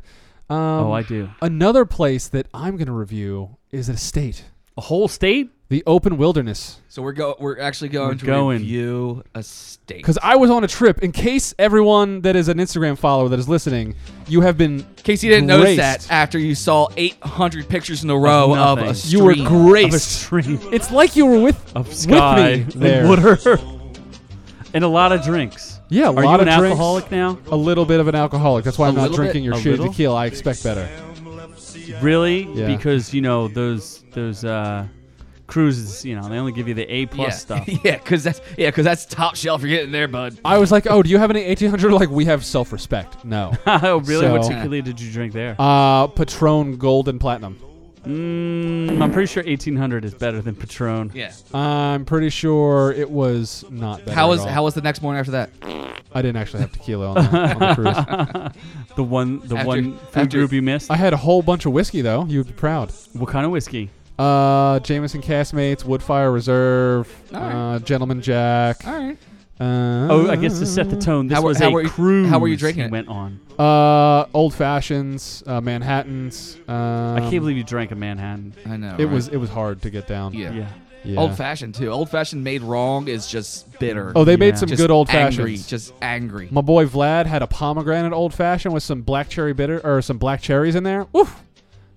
C: um,
A: Oh, I do.
C: another place that I'm going to review is a state,
A: A whole state.
C: the open wilderness.
B: So we're go we're actually going
A: We're
B: to
A: going.
B: review a state.
C: Because I was on a trip. In case everyone that is an Instagram follower that is listening, you have been
B: Casey didn't notice
C: graced.
B: that after you saw 800 pictures in a row of,
A: nothing.
B: a
A: You
B: stream.
C: You were
A: Of a
C: graced.
A: stream
C: It's like you were with
A: of sky
C: with me
A: and
C: there.
A: water, <laughs> and a lot of drinks.
C: Yeah, a
A: Are
C: lot
A: you an
C: of drinks.
A: alcoholic now?
C: A little bit of an alcoholic. That's why
B: A
C: i I'm not
B: little bit?
C: drinking your
A: A
C: shitty
A: little?
C: tequila. I expect better.
A: Really?
C: Yeah.
A: Because you know those those uh, cruises, you know, they only give you the A plus
B: yeah. <laughs>
A: stuff.
B: yeah, because that's yeah, 'cause that's top shelf. You're getting there, bud.
C: I was like, oh, do you have any 1800? Like, we have self respect.
A: <laughs>
C: No.
A: oh, really? what
C: So-
A: tequila did you drink there?
C: uh, Patron Gold and Platinum.
A: Mm, I'm pretty sure 1800 is better than Patron.
B: Yeah.
C: I'm pretty sure it was not better.
B: How
C: at
B: was
C: all.
B: how was the next morning after that?
C: I didn't actually have tequila on the, on
A: <laughs>
C: the cruise.
A: The one, the
B: After-
A: one food
B: after-
A: group you missed.
C: I had a whole bunch of whiskey though. You'd be proud.
A: what kind of whiskey?
C: Uh, Jameson Castmates, Woodfire Reserve, uh, Gentleman Jack.
B: All right.
C: Uh,
A: Oh, I guess to set the tone, this
B: How were-
A: was
B: how
A: a
B: were you-
A: cruise.
B: how were you drinking
A: you
B: it?
A: Went on.
C: Uh, Old Fashions, uh, Manhattans. Um, I
A: I can't believe you drank a Manhattan.
B: I know.
C: it
B: right?
C: was. It was hard to get down.
B: yeah.
A: Yeah.
C: Yeah.
B: Old fashioned too. Old fashioned made wrong is just bitter.
C: Oh, they
A: Yeah.
C: made some
B: Just
C: good old
B: angry,
C: fashions.
B: Just angry.
C: My boy Vlad had a pomegranate old fashioned with some black cherry bitter or some black cherries in there. Oof,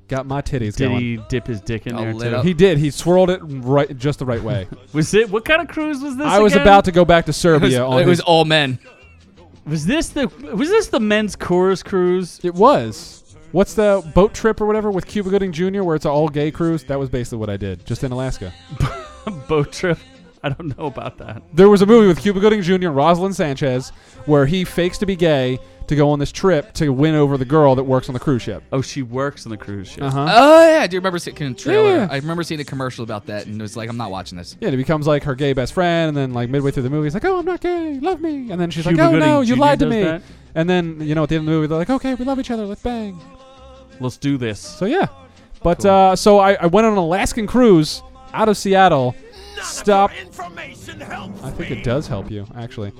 C: got my titties
A: Did
C: going.
A: he dip his dick in
B: All
A: there
B: lit
A: too?
B: up.
C: He did. He swirled it right, just the
B: <laughs>
C: right way.
A: Was it? What kind of cruise was this?
C: I was
A: again?
C: about to go back
B: It
C: to
B: was,
C: Serbia. on
B: it was
C: his-
B: all men.
A: Was this the? Was this the men's chorus cruise? <laughs>
C: It was. What's the boat trip or whatever with Cuba Gooding Jr. where it's an all gay cruise? That was basically what I did, just in Alaska.
A: Boat trip? I don't know about that.
C: There was a movie with Cuba Gooding Jr. and Rosalind Sanchez where he fakes to be gay to go on this trip to win over the girl that works on the cruise ship.
A: Oh, she works on the cruise ship.
C: Uh huh.
B: Oh yeah, I do remember seeing a trailer.
C: Yeah.
B: I remember seeing a commercial about that, and it was like, I'm not watching this.
C: Yeah, and he becomes like her gay best friend, and then like midway through the movie, he's like, "Oh, I'm not gay, love me," and then she's
A: Cuba
C: like, "Oh
A: Gooding
C: no, you
A: Jr.
C: lied to
A: does
C: me."
A: that?
C: And then you know at the end of the movie, they're like, "Okay, we love each other, let's bang."
A: Let's do this.
C: So yeah, but uh, so I, I went on an Alaskan cruise out of Seattle. Stop.
D: Information helps.
C: I think it does help you actually.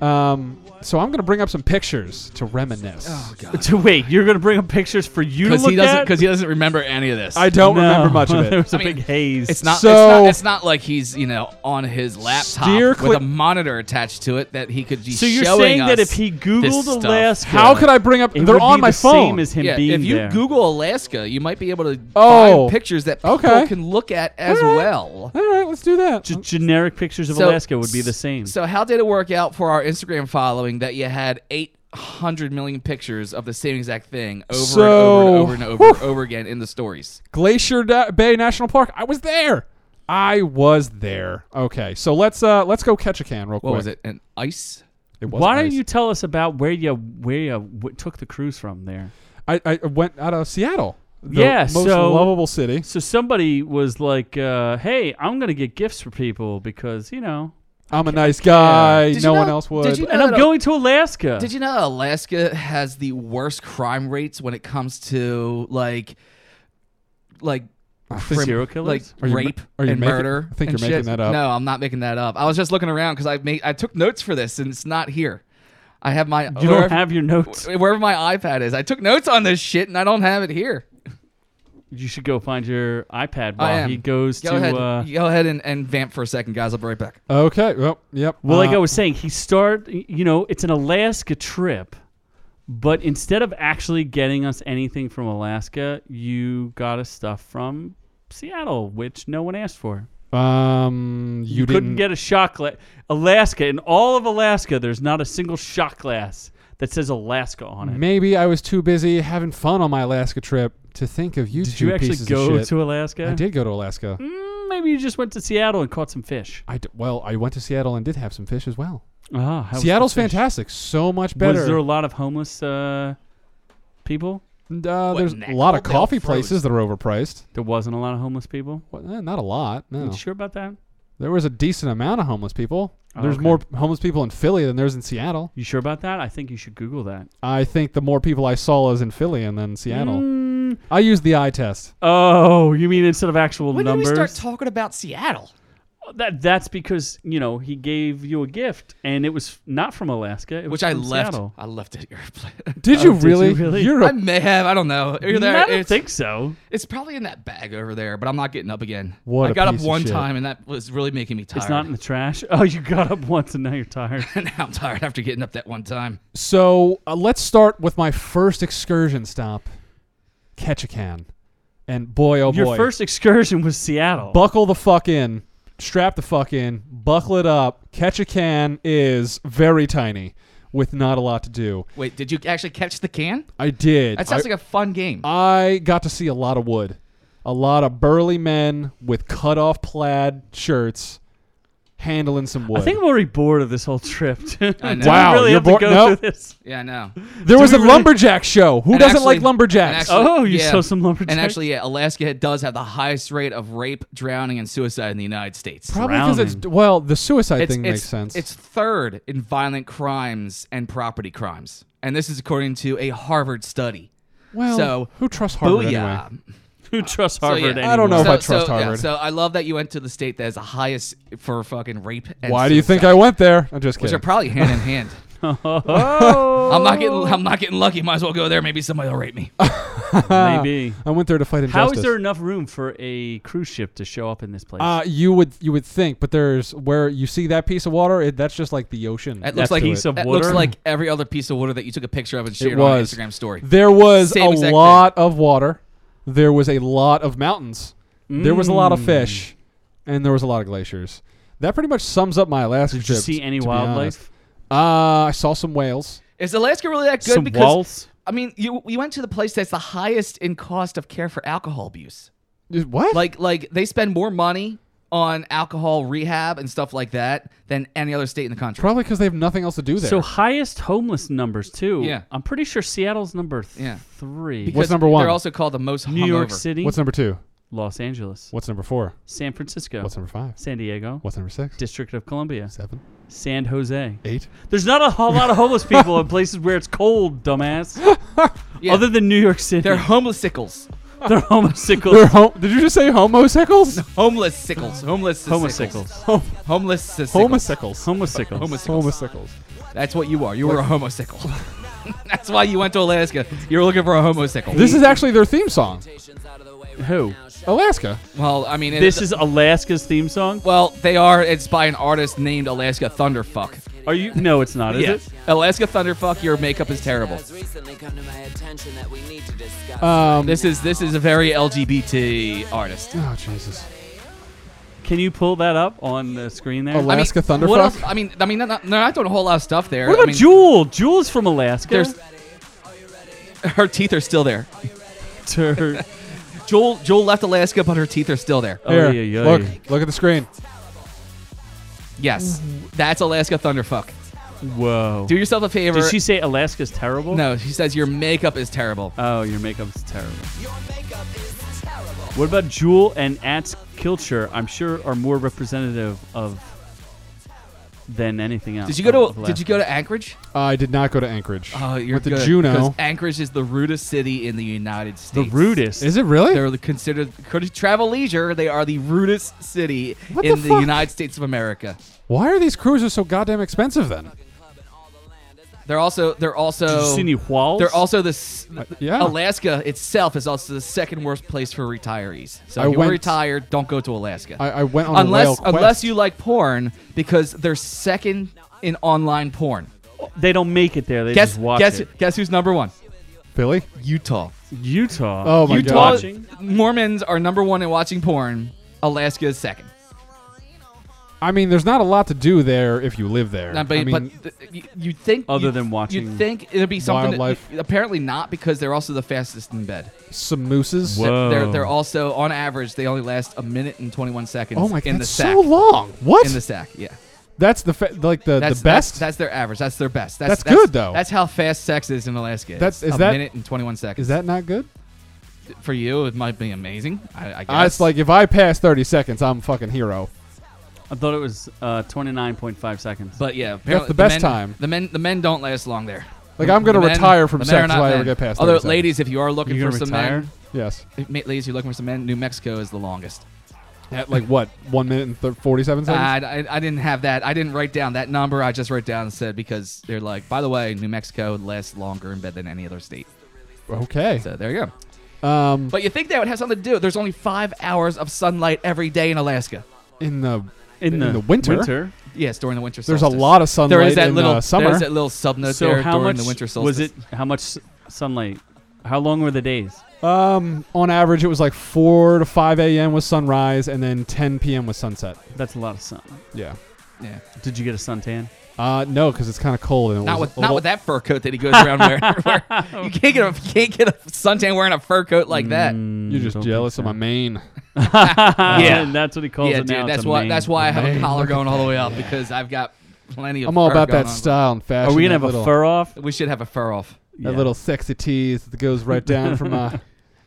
C: Um, so I'm gonna bring up some pictures to reminisce.
A: Oh,
B: <laughs>
A: <laughs> To wait, you're gonna bring up pictures for you to
B: Because
A: look
B: he doesn't.
A: at?
B: Because he doesn't remember any of this.
C: I don't
A: No.
C: remember
A: <laughs>
C: much of
A: there
C: it.
A: was a
B: I mean,
A: big haze.
B: It's not, it's
C: So-
B: not. It's not like he's you know on his laptop
C: Steer
B: with
C: clear-
B: a monitor attached to it that he could be.
A: So you're
B: showing
A: saying that if
B: us
A: he googled
B: this stuff.
A: Alaska,
C: How could I bring up?
A: It
C: they're
A: would
C: on
A: be
C: my
A: the
C: phone.
A: Same as him
B: yeah,
A: being
B: if you
A: there.
B: Google Alaska, you might be able to
C: Oh,
B: find pictures that people
C: okay.
B: can look at as
C: All right.
B: well.
C: All right, let's do that.
A: G- generic pictures of
B: So-
A: Alaska would be the same.
B: So how did it work out for our Instagram following that you had eight hundred million pictures of the same exact thing over and
C: So-
B: over and over and over, and over again in the stories?
C: Glacier Da- Bay National Park. I was there. I was there. Okay, so let's uh let's go catch a can
B: What
C: real quick.
B: was it? An ice?
C: It was
A: Why don't
C: ice.
A: you tell us about where you where you w- took the cruise from there?
C: I, I went out of Seattle. The
A: Yeah,
C: most
A: so-
C: lovable city.
A: So somebody was like, uh, "Hey, I'm gonna get gifts for people because you know,
C: I'm a nice guy.
B: Did you
C: No one
B: know-
C: else would.
B: did you know
A: and I'm
B: that-
A: going to Alaska."
B: Did you know Alaska has the worst crime rates when it comes to like, like
A: think- Serial killers?
B: like
C: Are you ma-
B: rape
C: are you
B: and
C: making-
B: murder?
C: I think
B: and
C: you're making
B: shit?
C: that up.
B: No, I'm not making that up. I was just looking around because I made I took notes for this and it's not here. I have my
A: You don't
B: wherever,
A: have your notes.
B: wherever my iPad is. I took notes on this shit and I don't have it here.
A: You should go find your iPad
B: I
A: while
B: am.
A: he goes
B: go
A: to.
B: ahead,
A: Uh,
B: go ahead and, and vamp for a second, guys. I'll be right back.
C: Okay. Well, yep.
A: well, like
C: uh,
A: I was saying, he start. You know, it's an Alaska trip, but instead of actually getting us anything from Alaska, you got us stuff from Seattle, which no one asked for.
C: Um, you,
A: You couldn't
C: didn't-
A: get a shot glass. Alaska, in all of Alaska, there's not a single shot glass that says Alaska on it.
C: Maybe I was too busy having fun on my Alaska trip to think of you
A: Did
C: two
A: you actually
C: pieces of
A: go
C: shit.
A: to Alaska?
C: I did go to Alaska.
A: Maybe you just went to Seattle and caught some fish.
C: I d- well, I went to Seattle and did have some fish as well.
A: Ah, how was the
C: Uh-huh. Seattle's
A: fish?
C: fantastic. So much better.
A: Was there a lot of homeless uh, people?
C: And, uh,
B: What,
C: there's
B: in that
C: a lot of
B: cold? They all
C: coffee places that are overpriced.
A: There wasn't a lot of homeless people.
C: Well, eh, not a lot. No.
A: You sure about that?
C: There was a decent amount of homeless people.
A: Oh,
C: there's
A: okay.
C: more homeless people in Philly than there's in Seattle.
A: You sure about that? I think you should Google that.
C: I think the more people I saw was in Philly and then Seattle.
A: Mm.
C: I used the eye test.
A: Oh, you mean instead of actual
B: When
A: numbers?
B: did we start talking about Seattle?
A: that that's because you know he gave you a gift and it was not from Alaska, it was
B: Which I
A: from
B: left.
A: Seattle.
B: I left it at your
A: <laughs>
B: place.
C: Did,
A: Oh,
C: you,
A: did you
C: really?
A: really?
C: You're
B: I
C: a,
B: may have. I don't know. Either
A: I
B: that-
A: don't
B: it's-
A: think so.
B: It's probably in that bag over there, but I'm not getting up again.
C: What
B: I
C: a
B: got up
C: piece of
B: one
C: shit.
B: time, and that was really making me tired.
A: It's not in the trash. <laughs> Oh, you got up once and now you're tired.
C: <laughs>
B: now I'm tired <laughs> after getting up that one time.
C: so uh, let's start with my first excursion stop, Ketchikan, and boy oh
A: Your
C: boy,
A: first excursion was Seattle.
C: buckle the fuck in. strap the fuck in, buckle it up. Catch a can is very tiny with not a lot to do.
B: Wait, did you actually catch the can?
C: I did.
B: That sounds
C: I,
B: like a fun game.
C: I got to see a lot of wood. A lot of burly men with cut off plaid shirts handling some wood.
A: I think I'm already bored of this whole trip. <laughs> dude.
B: I know.
A: Do we
C: Wow,
A: really
C: you're
A: have to
C: bored-
A: go
C: no.
A: through
C: <laughs>
A: this?
B: yeah, I know.
C: there was a
A: we really-
C: lumberjack show. Who
B: And
C: doesn't
B: actually-
C: like lumberjacks?
B: and actually-
A: Oh, you saw some lumberjacks?
B: And actually, yeah, Alaska does have the highest rate of rape, drowning, and suicide in the United States.
C: Probably because it's well, the suicide
B: it's,
C: thing
B: it's-
C: makes sense.
B: It's third in violent crimes and property crimes, and this is according to a Harvard study.
C: well,
B: so
C: who trusts Harvard
B: Booyah.
C: anyway?
A: Who trusts
B: So,
A: Harvard
B: yeah.
A: anymore?
C: I don't know if
B: So-
C: I trust
B: so, yeah,
C: Harvard.
B: so I love that you went to the state that has the highest for fucking rape. And
C: Why do you think
B: suicide,
C: I went there? I'm just
B: Which
C: kidding.
B: are probably hand in
C: <laughs>
B: hand. I'm not getting. I'm not getting lucky. Might as well go there. Maybe somebody will rape
C: <laughs>
B: me.
A: <laughs> Maybe.
C: I went there to fight
A: How
C: injustice.
A: is there enough room for a cruise ship to show up in this place?
C: Uh, you would you would think, but there's where you see that piece of water. It, that's just like the ocean.
B: That
A: That
B: looks like
A: piece of
B: that
A: water?
B: looks like every other piece of water that you took a picture of and shared
C: it was
B: on Instagram story.
C: There was
B: Same exact
C: a
B: thing.
C: lot of water. There was a lot of mountains. There was a lot
B: Mm.
C: of fish, and there was a lot of glaciers. That pretty much sums up my Alaska
A: Did you
C: trip.
A: see any
C: to be
A: wildlife?
C: honest. Uh, I saw some whales.
B: Is Alaska really that good?
A: Some
B: because
A: walls?
B: I mean, you you went to the place that's the highest in cost of care for alcohol abuse.
C: What?
B: Like like they spend more money on alcohol rehab and stuff like that than any other state in the country.
C: probably because they have nothing else to do there.
A: So highest homeless numbers too.
B: Yeah.
A: I'm pretty sure Seattle's number th-
B: Yeah.
A: three.
B: Because
C: number one?
B: They're also called the most
A: New York
B: hungover.
A: City,
C: what's number two?
A: Los Angeles,
C: What's number four?
A: San Francisco,
C: What's number five?
A: San Diego,
C: What's number six?
A: District of Columbia,
C: Seven,
A: San Jose.
C: eight.
A: There's not a whole lot of homeless people in places where it's cold, dumbass.
B: <laughs> Yeah.
A: Other than New York City,
B: They're homeless sickles.
A: <laughs> they're homosexuals.
C: They're home. Did you just
B: <laughs>
C: say homosexuals?
B: Homeless sickles. Homeless sickles.
A: homosexuals.
B: Homeless sickles.
C: Homosexuals.
A: Homosexuals.
C: Homosexuals.
B: That's what you are. You were a homosickle. <laughs> That's why you went to Alaska. You were looking for a homosickle.
C: This is actually their theme song,
B: Oh,
A: Who?
C: Alaska.
B: well, I mean, it-
A: This is Alaska's theme song.
B: well, they are. It's by an artist named Alaska Thunderfuck.
A: Are you? No, it's not. Is
B: Yeah.
A: it?
B: Alaska Thunderfuck. Your makeup is terrible.
C: Um,
B: This is this is a very LGBT artist.
C: oh Jesus.
A: Can you pull that up on the screen there?
C: Ala- Alaska
B: I mean,
C: Thunderfuck?
B: What else? I mean, I mean, they're not, they're not doing a whole lot of stuff there.
A: what about
B: I mean,
A: Jewel? Jewel's from Alaska.
B: There's, her teeth are still there. <laughs>
A: Tur-
B: Joel Joel left Alaska, but her teeth are still there.
A: Oh,
C: Here,
A: yeah, yeah,
C: look,
A: yeah.
C: look at the screen.
B: Yes, that's Alaska Thunderfuck.
A: Whoa.
B: Do yourself a favor.
A: Did she say Alaska's terrible?
B: no, she says your makeup is terrible.
A: Oh, your makeup's terrible. What about Jewel and At's Kilcher? I'm sure are more representative of than anything else. Oh,
B: Did you go
A: of
B: to Did you go to Anchorage?
C: I did not go to Anchorage.
B: Oh, you're
C: with the
B: good,
C: Juno.
B: 'cause Anchorage is the rudest city in the United
A: Alaska. the
B: States.
A: rudest?
C: Is it really?
B: They're the- considered could travel leisure. They are the rudest city
C: What
B: in
C: the
B: the,
C: fuck?
B: United States of America.
C: Why are these cruises so goddamn expensive then?
B: They're also they're also
A: Did you see any Uh, walls?
B: they're also the s-
C: Uh, yeah.
B: Alaska itself is also the second worst place for retirees. So
C: I
B: if you're
C: went-
B: retired, don't go to Alaska.
C: I, I went on a whale
B: unless
C: quest.
B: unless you like porn because they're second in online porn.
A: they don't make it there. They
B: Guess
A: just watch
B: guess
A: it.
B: guess who's number 1?
C: Philly.
B: Utah.
A: Utah.
C: Oh my
A: Utah.
C: God.
A: Watching?
B: Mormons are number 1 in watching porn. Alaska is second.
C: I mean, there's not a lot to do there if you live there.
B: Uh, but
C: I mean,
B: but th- you, you think
A: Other
B: you-
A: than watching
B: you think it'd be something. that-
C: wildlife.
B: apparently not, because they're also the fastest in bed.
C: some mooses.
A: Whoa.
B: They're they're also on average they only last a minute and twenty one seconds.
C: Oh my
B: in
C: god, that's
B: the sack.
C: so long. What?
B: In the sack, yeah.
C: that's the fa- like the,
B: That's
C: the best.
B: That's, that's their average. That's their best.
C: That's good, though.
B: That's how fast sex is in Alaska.
C: That's-
B: It's
C: is
B: a
C: that-
B: minute and twenty one seconds.
C: Is that not good?
B: for you? It might be amazing. I, I guess.
C: Uh, it's like if I pass 30 seconds, I'm a fucking hero.
A: I thought it was uh, 29.5 seconds.
B: But yeah, apparently
C: the best
B: men-
C: time.
B: The men the men don't last long there.
C: Like I'm gonna
B: The men-
C: retire from
B: the men are
C: sex if
B: not
C: I ever
B: men.
C: get past. 30
B: Although,
C: seconds.
B: ladies, if you are looking
A: you gonna
B: for some
A: retire?
B: men,
C: yes,
B: if, ma- ladies, you're looking for some men. New Mexico is the longest.
C: at like what one minute and th- 47 seconds.
B: I, Uh, I, I didn't have that. I didn't write down that number. I just wrote down and said because they're like, by the way, New Mexico lasts longer in bed than any other state.
C: Ah. okay.
B: So there you go.
C: Um,
B: But you think that would have something to do? with- There's only five hours of sunlight every day in Alaska.
C: in the
A: in the,
C: the winter,
B: Yes, during the winter
C: there's a
B: solstice.
C: lot of sunlight
B: There is that
C: in
B: little
C: uh, summer.
B: There's that little subnote
A: so
B: there
A: how
B: during
A: much
B: the winter solstice.
A: was it? How much s- sunlight? How long were the days?
C: Um, on average, it was like 4 to 5 a.m. was sunrise, and then 10 p.m. was sunset.
A: That's a lot of sun.
C: Yeah.
B: Yeah.
A: Did you get a suntan?
C: Uh, no, because it's kind of cold. And it
B: Not
C: was
B: with
C: a
B: not
C: little-
B: with that fur coat that he goes
C: <laughs>
B: around wearing. <laughs> you can't get a you can't get a suntan wearing a fur coat like that.
C: You're
A: Mm,
C: just jealous of my mane.
A: yeah,
B: Yeah.
A: and that's what he calls
B: yeah,
A: it
B: dude.
A: now. It's
B: That's
A: a
B: why
A: mane.
B: that's why I have a collar going all the
C: <laughs>
B: way up because I've got plenty of.
C: I'm all
B: fur
C: about
B: going
C: that
B: on.
C: style and fashion.
A: Are we gonna
C: that
A: have
C: little-
A: a fur
B: <laughs>
A: off?
B: We should have a fur off.
C: That
A: Yeah.
C: little sexy tease that
A: <laughs>
C: goes right down from my.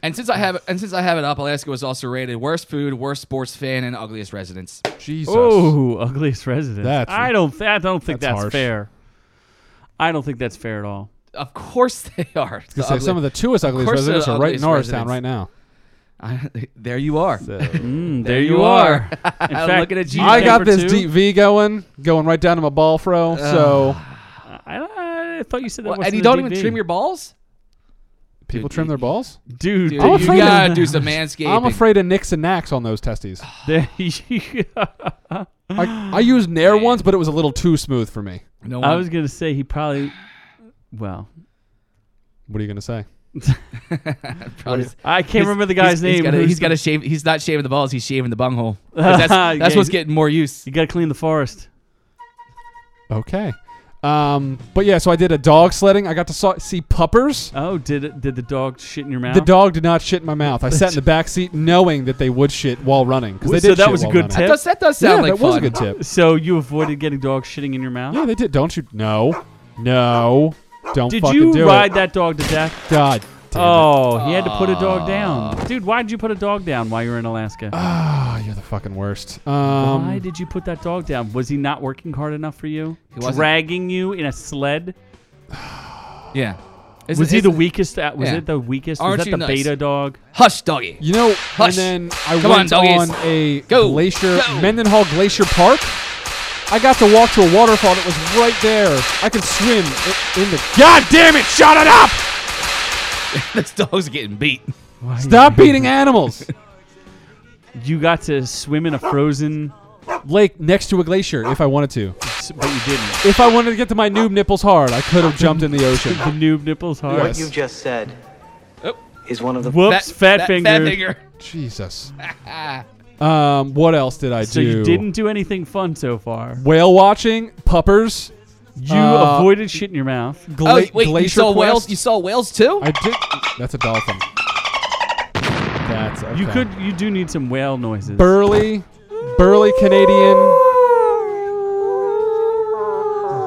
B: And since I have and since I have it up, Alaska was also rated worst food, worst sports fan, and ugliest residents.
C: Jesus.
A: Oh, <laughs> ugliest resident.
C: That's-
A: I don't. Th- I don't think
C: that's
A: that's,
C: harsh.
A: fair. I don't think that's fair at
B: <laughs>
A: all.
B: Of course they are.
C: I was gonna say, some of the tourist ugliest
B: course they're
C: residents
B: the
C: are right in
B: ugliest
C: Norristown
B: residents.
C: right now.
B: I, there you are.
A: Mm, there,
B: you
C: <laughs>
B: are.
A: In
B: <laughs>
A: fact,
B: Looking at
A: do
B: you.
C: I got
A: number
C: this
A: two?
C: deep V going, going right down to my ball throw. so
A: I, I thought you said that.
B: Well,
A: wasn't
B: and you
A: a
B: don't even
A: DV.
B: trim your balls,
C: people trim their balls.
A: dude. did
B: dude. you
C: afraid of
B: gotta
C: that.
B: do some manscaping.
C: I'm afraid of nicks and knacks on those testes.
A: <laughs> you-
C: I, I used Nair once, but it was a little too smooth for me.
B: No one,
A: I was gonna say he probably. Well,
C: What are you gonna say?
B: probably-
A: I can't remember the guy's
B: Oh, he's,
A: name.
B: He's gotta,
A: who's-
B: he's
C: <laughs>
B: gotta shave. He's not shaving the balls. He's shaving the bunghole. 'Cause That's, that's
A: Yeah,
B: what's
A: he-
B: getting more use.
A: You gotta clean the forest.
C: Okay. Um, but yeah, so I did a dog sledding. I got to saw, see puppers.
A: Oh, did it, did the dog shit in your mouth?
C: The dog did not shit in my mouth.
A: <laughs>
C: I sat in the back seat knowing that they would shit while running because they
A: So
C: did.
A: that
C: shit
A: was a
C: while
A: good
C: running.
A: tip?
B: That does, that does
C: Yeah,
B: sound like
C: that was a
B: fun.
C: good tip.
A: So you avoided getting dogs shitting in your mouth.
C: Yeah, they did. Don't you? No, no. Don't
A: Did
C: fucking
A: you
C: do
A: ride
C: it.
A: that dog to death?
C: God damn it.
A: Oh, he had to put a dog down. Dude, why did you put a dog down while you were in Alaska?
C: Ah, you're the fucking worst. Um,
A: why did you put that dog down? Was he not working hard enough for you?
B: He wasn't.
A: Dragging you in a sled?
B: Yeah. Isn't-
A: Was he the
B: isn't-
A: weakest? At, was
B: yeah.
A: it the weakest?
B: Aren't
A: was that
B: you
A: the
B: nuts?
A: beta dog?
B: Hush, doggy. <laughs>
C: You know,
B: Hush.
C: and then I
B: Come on,
C: went
B: doggies.
C: on, a
B: Go.
C: glacier,
B: Go.
C: Mendenhall Glacier Park. I got to walk to a waterfall that was right there. I could swim i- in the. God damn it! Shut it up!
B: this dog's getting beat.
C: Stop beating animals.
A: You got to swim in a frozen,
C: Lake next to a glacier, if I wanted to.
A: s- but you didn't.
C: If I wanted to get to my noob nipples hard,
A: <laughs>
C: I could have jumped in the ocean.
A: The noob nipples hard.
C: Yes.
H: What you just said
B: Oh.
H: is one of the
A: Whoops,
B: That-
A: fat,
B: that-
A: finger.
B: Fat finger.
A: <laughs>
C: Jesus. um, what else did I
A: So
C: do?
A: you didn't do anything fun so far.
C: whale watching, puppers.
A: You
C: Uh,
A: avoided shit in your mouth.
C: Gla-
B: Oh, wait,
C: glacier
B: you saw
C: quest.
B: whales? You saw whales too?
C: I did. That's a dolphin. That's okay.
A: You could. You do need some whale noises.
C: burly, burly Canadian,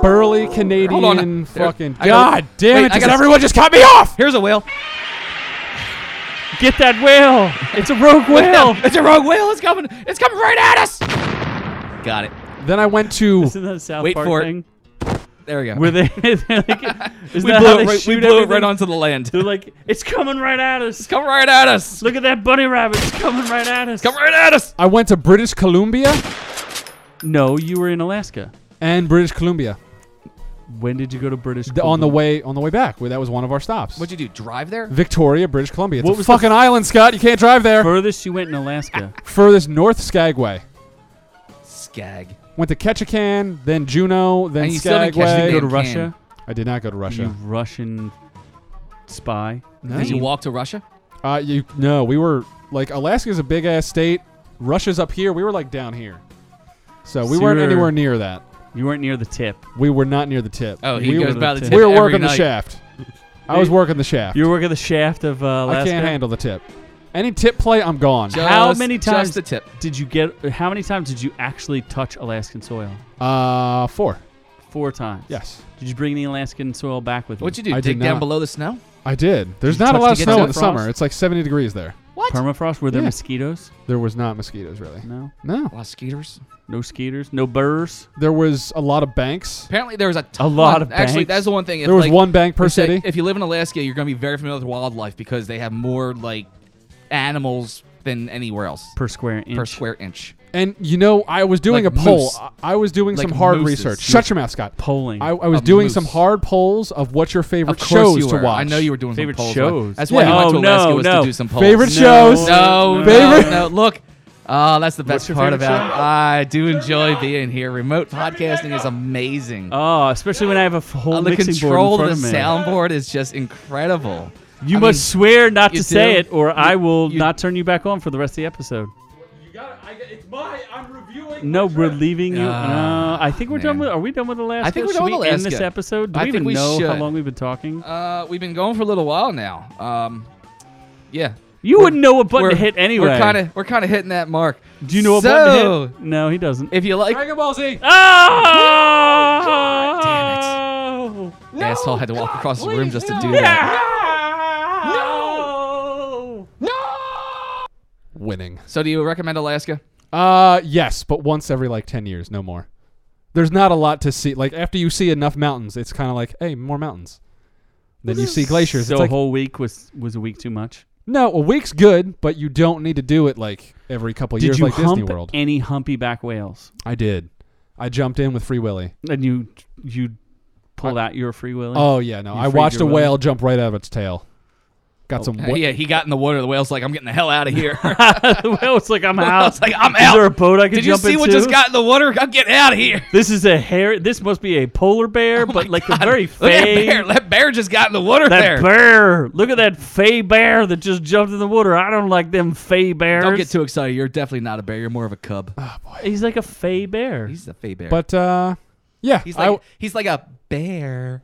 C: burly Canadian.
B: Hold on. There-
C: Fucking
B: I gotta-
C: god damn
B: wait,
C: it!
B: I
C: Does
B: gotta-
C: everyone just cut me off?
B: Here's a whale.
A: Get that whale! It's a rogue whale.
B: <laughs> It's a rogue whale. It's coming. It's coming right at us. Got it.
C: Then I went to.
A: <laughs> Isn't that a South
B: Wait
A: Park
B: for it.
A: thing?
B: There we go.
A: Where they, <laughs> they're
B: <laughs>
A: like, is
B: we
A: that how
B: blew, it
A: they
B: right, we
A: shoot
B: blew it right
A: everything?
B: onto the land.
A: They're like, it's coming right at us.
B: Come right at us.
A: Look at that bunny rabbit. It's coming right at us.
B: Come right at us.
C: I went to British Columbia
A: No, you were in Alaska.
C: and British Columbia
A: When did you go to British?
C: The- on the
A: Columbia?
C: way on the way back. Where that was one of our stops.
B: What'd you do? Drive there?
C: Victoria, British Columbia. It's
A: What
C: a
A: was the
C: fucking island, Scott. You can't drive there.
A: Furthest you went in
B: <laughs>
A: Alaska.
C: Furthest north, Skagway.
B: Skag.
C: Went to Ketchikan, then Juneau, then
B: And you still didn't catch the
C: Skagway.
A: go to
B: Damn
A: Russia.
C: I did not go to Russia.
A: You Russian spy.
B: Did you walk to Russia?
C: Uh, you no, we were like Alaska's a big ass state. Russia's up here. We were like down here, so we
A: So
C: weren't
A: you're-
C: anywhere near that.
A: You weren't near the tip.
C: We were not near the tip.
B: Oh, he
C: we
B: goes
C: were,
B: by the
A: tip
B: tip.
C: we were
B: every
C: working the
B: night. <laughs>
C: shaft. I was working the shaft.
A: You were working the shaft of uh,
C: I
A: Alaska.
C: can't handle the tip. Any tip play, I'm gone.
B: Just-
A: How many
B: just
A: times
B: the tip.
A: did you get? How many times did you actually touch Alaskan soil?
C: Uh, four.
A: Four times.
C: Yes,
A: Did you bring the Alaskan soil back with you?
B: What'd you do?
C: I did
B: Dig down
C: not.
B: below the snow?
C: I did. There's
B: you
C: not a
B: touch
C: lot
B: to
C: of
B: get
C: snow in the
B: permafrost?
C: summer. It's like 70 degrees there.
B: What?
A: Permafrost? Were there
C: Yeah.
A: mosquitoes?
C: There was not mosquitoes really.
A: No.
C: No,
B: Mosquitoes.
A: No skeeters. No burrs.
C: there was a lot of banks.
B: Apparently, there was a ton.
A: lot of
B: Actually,
A: banks.
B: that's the one thing. If,
C: There was
B: like,
C: one bank per
B: if they-
C: city.
B: If you live in Alaska, you're going to be very familiar with wildlife because they have more like animals than anywhere else
A: Per square inch.
B: per square inch.
C: And you know, I was doing
B: Like
C: a poll.
B: moose.
C: I, I was doing
B: Like
C: some hard
B: mooses.
C: research. Shut your mouth, Scott.
A: Polling.
C: I, I was
B: Of
C: doing
B: moose.
C: some hard polls of what your favorite
B: Of course
C: shows
B: you
C: to
B: were.
C: watch.
B: I know you were doing
A: Favorite
B: some polls.
A: shows.
B: That's why
C: Yeah.
B: you
A: Oh,
B: went to
A: no,
B: Alaska was
A: no.
B: to do some polls.
C: favorite
A: No.
C: shows.
B: No,
C: Favorite-
B: favorite. No, look. Oh, that's the best
A: your
B: part
A: favorite
B: about.
A: show?
B: I do enjoy being here. Remote podcasting is amazing.
A: Oh, especially when I have a f- whole
B: Uh, the
A: mixing board in
B: control
A: front
B: of
A: of
B: the
A: me.
B: soundboard is just incredible.
A: You
B: I
A: must
B: mean,
A: swear not
B: you
A: to say
B: do?
A: it, or I will
B: you-
A: not turn you back on for the rest of the episode.
C: You got it. It's my. I'm reviewing.
A: No, we're leaving you.
B: Ah,
A: no, I think we're done
B: man.
A: with. Are we done with Alaska?
B: I think we're
A: Should
B: done with
A: we end this
B: Alaska.
A: episode? Do
B: I
A: we
B: think
A: even
B: we
A: know how
B: should.
A: long we've been talking?
B: Uh, we've been going for a little while now. Um, yeah.
A: you
B: we're-
A: wouldn't know what button
B: we're,
A: to hit anyway.
B: We're kind of we're kind of hitting that mark.
A: Do you know what
B: so,
A: button to hit? No, he doesn't.
B: If you like,
C: Dragon Ball Z.
A: oh!
B: damn
A: it!
B: asshole had to walk across the room just to do that.
A: No!
C: Winning.
B: So, do you recommend Alaska?
C: Uh, yes, but once every like ten years, no more. There's not a lot to see. Like after you see enough mountains, it's kind of like, hey, more mountains. Then you see glaciers.
A: So
C: it's
A: a
C: like,
A: whole week was was a week too much.
C: no, a week's good, but you don't need to do it like every couple
A: Did
C: years
A: you
C: like
A: hump
C: Disney World.
A: any humpyback whales?
C: I did. I jumped in with Free Willy.
A: And you you pulled out your free willy. <laughs>
C: Oh yeah, no,
A: You
C: I
A: freed
C: watched a
A: your
C: whale jump right out of its tail. Got some. wa-
B: Yeah, he got in the water. The whale's like, I'm getting the hell
A: <laughs>
B: out of here.
A: the whale's like I'm
B: <laughs> I
A: out.
B: was like, I'm
A: Is
B: out.
A: there a boat I can
B: Did you
A: jump
B: see what
A: into?
B: just got in the water? I'm getting out
A: <laughs>
B: of here.
A: This is a hair. This must be a polar bear, but like a very
B: Oh Look at that
A: fey.
B: bear. That bear just got in the water
A: that
B: there.
A: bear. Look at that fey bear that just jumped in the water. I don't like them fey bears.
B: Don't get too excited. You're definitely not a bear. You're more of a cub.
A: He's like a fey bear.
B: He's a fey bear.
C: But uh, yeah,
B: he's
C: I-
B: like he's like a bear,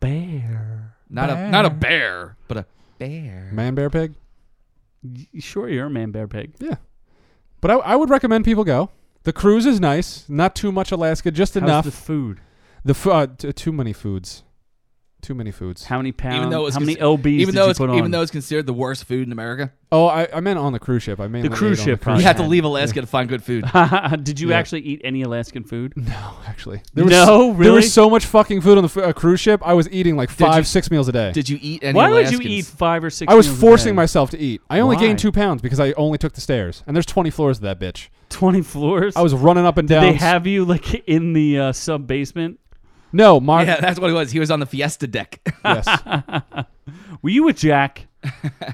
A: bear.
B: not a not a bear, but a bear.
C: man, bear, pig.
A: You Sure, you're a man bear pig.
C: Yeah. But I, I would recommend people go. The cruise is nice. Not too much Alaska, just
A: How's
C: enough.
A: the food?
C: the f- uh, t- too many foods. Too many foods.
A: How many pounds?
B: Even though it's
A: how many
B: consi-
A: lbs
B: even
A: did
B: though
A: you
B: it's
A: put on?
B: even though it's considered the worst food in America,
C: Oh, I, I meant on the cruise ship. I meant
A: cruise ship,
C: On
A: probably.
B: you
C: the
B: have to leave Alaska to find
A: <laughs>
B: good food.
A: did you
C: Yeah.
A: actually eat any Alaskan
B: <laughs>
A: food?
C: No, actually, there was
A: No,
C: There
A: really?
C: was so much fucking food on the f- uh, cruise ship. I was eating like five,
B: you-
C: six meals a day.
B: Did you eat any?
A: Why
B: Alaskans?
A: would you eat five or six?
C: I was
A: meals a
C: forcing
A: day?
C: myself to eat. I only
A: Why?
C: gained two pounds because I only took the stairs, and there's 20 floors of that bitch.
A: twenty floors.
C: I was running up and down.
A: They have you like in the uh, sub basement.
C: no, Mark.
B: <laughs> Yeah, that's what it was. He was on the Fiesta deck.
A: <laughs>
C: Yes. I,
A: Were you with Jack?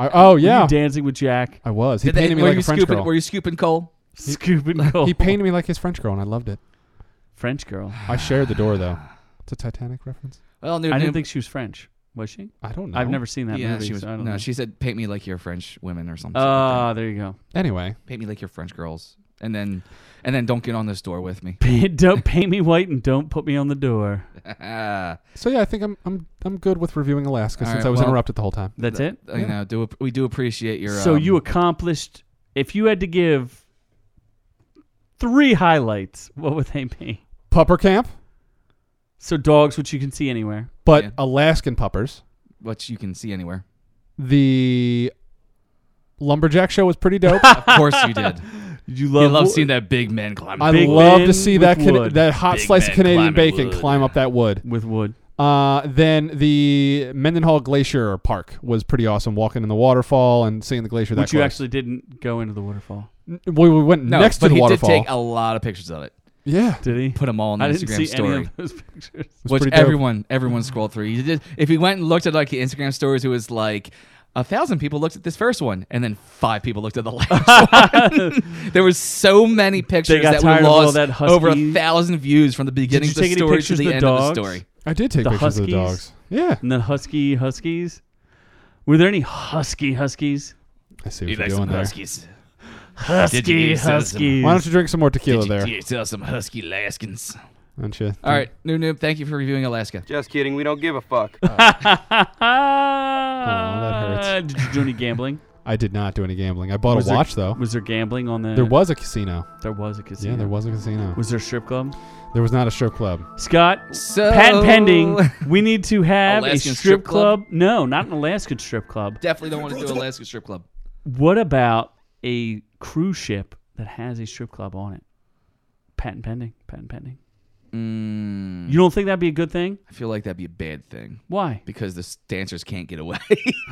C: oh
A: Were
C: yeah,
A: you dancing with Jack?
C: I was. He
B: Did they-
C: painted
B: <laughs>
C: me
B: were
C: like
B: you
C: a French
B: scooping?
C: girl.
B: Were you scooping coal?
A: Scooping gold. <laughs>
C: <laughs> He painted me like his French girl, and I loved it.
A: French girl.
C: I shared the door though. <sighs> It's a Titanic reference.
B: Well, new,
A: I
B: new,
A: didn't think she was French. Was she?
C: I don't know.
A: I've never seen that
B: yeah,
A: movie.
B: she was.
A: so I
B: No,
A: don't know.
B: she said, "Paint me like you're French women or something."
A: Ah, there you go. <laughs>
C: Anyway,
B: paint me like you're French girls, and then, and then don't get on this door with me. <laughs>
A: Paint- don't paint me white and don't put me on the door.
B: Ah,
C: so yeah, I think I'm I'm I'm good with reviewing Alaska
B: All
C: since
B: right,
C: I was
B: well-
C: interrupted the whole time.
A: That's it.
B: you know, do ap- we do appreciate your?
A: So
B: um,
A: you accomplished. If you had to give three highlights, what would they be?
C: Pupper camp,
A: So dogs, which you can see anywhere.
C: but
B: Yeah.
C: Alaskan puppers.
B: what you can
A: <laughs>
B: see anywhere.
C: The lumberjack show was
B: <laughs>
C: pretty dope.
B: Of course you did.
A: You
B: You
A: love.
B: love seeing that big man climb.
C: I
A: Big
C: love
A: men
C: to see
A: with
C: that Cana-
A: wood.
C: that hot
B: Big
C: slice of
B: men
C: Canadian
B: climbing
C: bacon
B: wood.
C: climb up that wood.
A: with wood.
C: Uh, then the Mendenhall Glacier Park was pretty awesome. Walking in the waterfall and seeing the glacier. that
A: Which you
C: close.
A: actually didn't go into the waterfall.
C: we, we went
B: no,
C: next
B: but
C: to the
B: he
C: waterfall.
B: did take a lot of pictures of it.
C: yeah,
A: Did he?
B: Put them all on the
A: I didn't
B: Instagram
A: see
B: story.
A: any of those <laughs> pictures.
B: which
C: pretty dope.
B: everyone everyone scrolled through. You did if you went and looked at like the Instagram stories, it was like a thousand people looked at this first one, and then five people looked at the <laughs> last one. <laughs> there was so many pictures
A: got
B: that
A: tired
B: we
A: of all
B: lost
A: that husky-
B: over a thousand views from the beginning
A: you
B: of the
A: take any
B: story to
A: pictures
B: the
A: of the
B: end of
A: dogs?
B: the story.
C: I did take
A: The
C: pictures of the
A: huskies?
C: dogs. Yeah,
A: And the husky huskies. Were there any husky huskies?
C: I see what you're doing there.
B: huskies. Did you
A: Husky
B: use
A: huskies.
B: sesame?
C: Why don't
A: <laughs>
C: you drink some more tequila there?
B: yourself some husky Alaskans?
C: Don't you?
B: All right, Noob Noob, thank you for reviewing Alaska.
H: Just kidding. We don't give a fuck.
C: Oh, hurts.
A: Uh, Did you do any gambling?
C: I did not do any gambling. I bought
A: Was
C: a
A: there-
C: watch though.
A: Was there gambling on the?
C: there was a casino.
A: There was a casino.
C: Yeah, there was a casino.
A: Was there a strip club?
C: there was not a strip club.
A: Scott,
B: So
C: Oh.
A: patent pending. We need to have
B: Alaskan
A: a strip,
B: strip
A: club.
B: club?
A: No, not an Alaskan strip club.
B: <laughs> Definitely don't want to do Alaska strip club.
A: What about a cruise ship that has a strip club on it? Patent pending. Patent pending.
B: Mm,
A: You don't think that'd be a good thing?
B: I feel like that'd be a bad thing <laughs>
A: Why? <laughs>
B: because the s- dancers can't get away.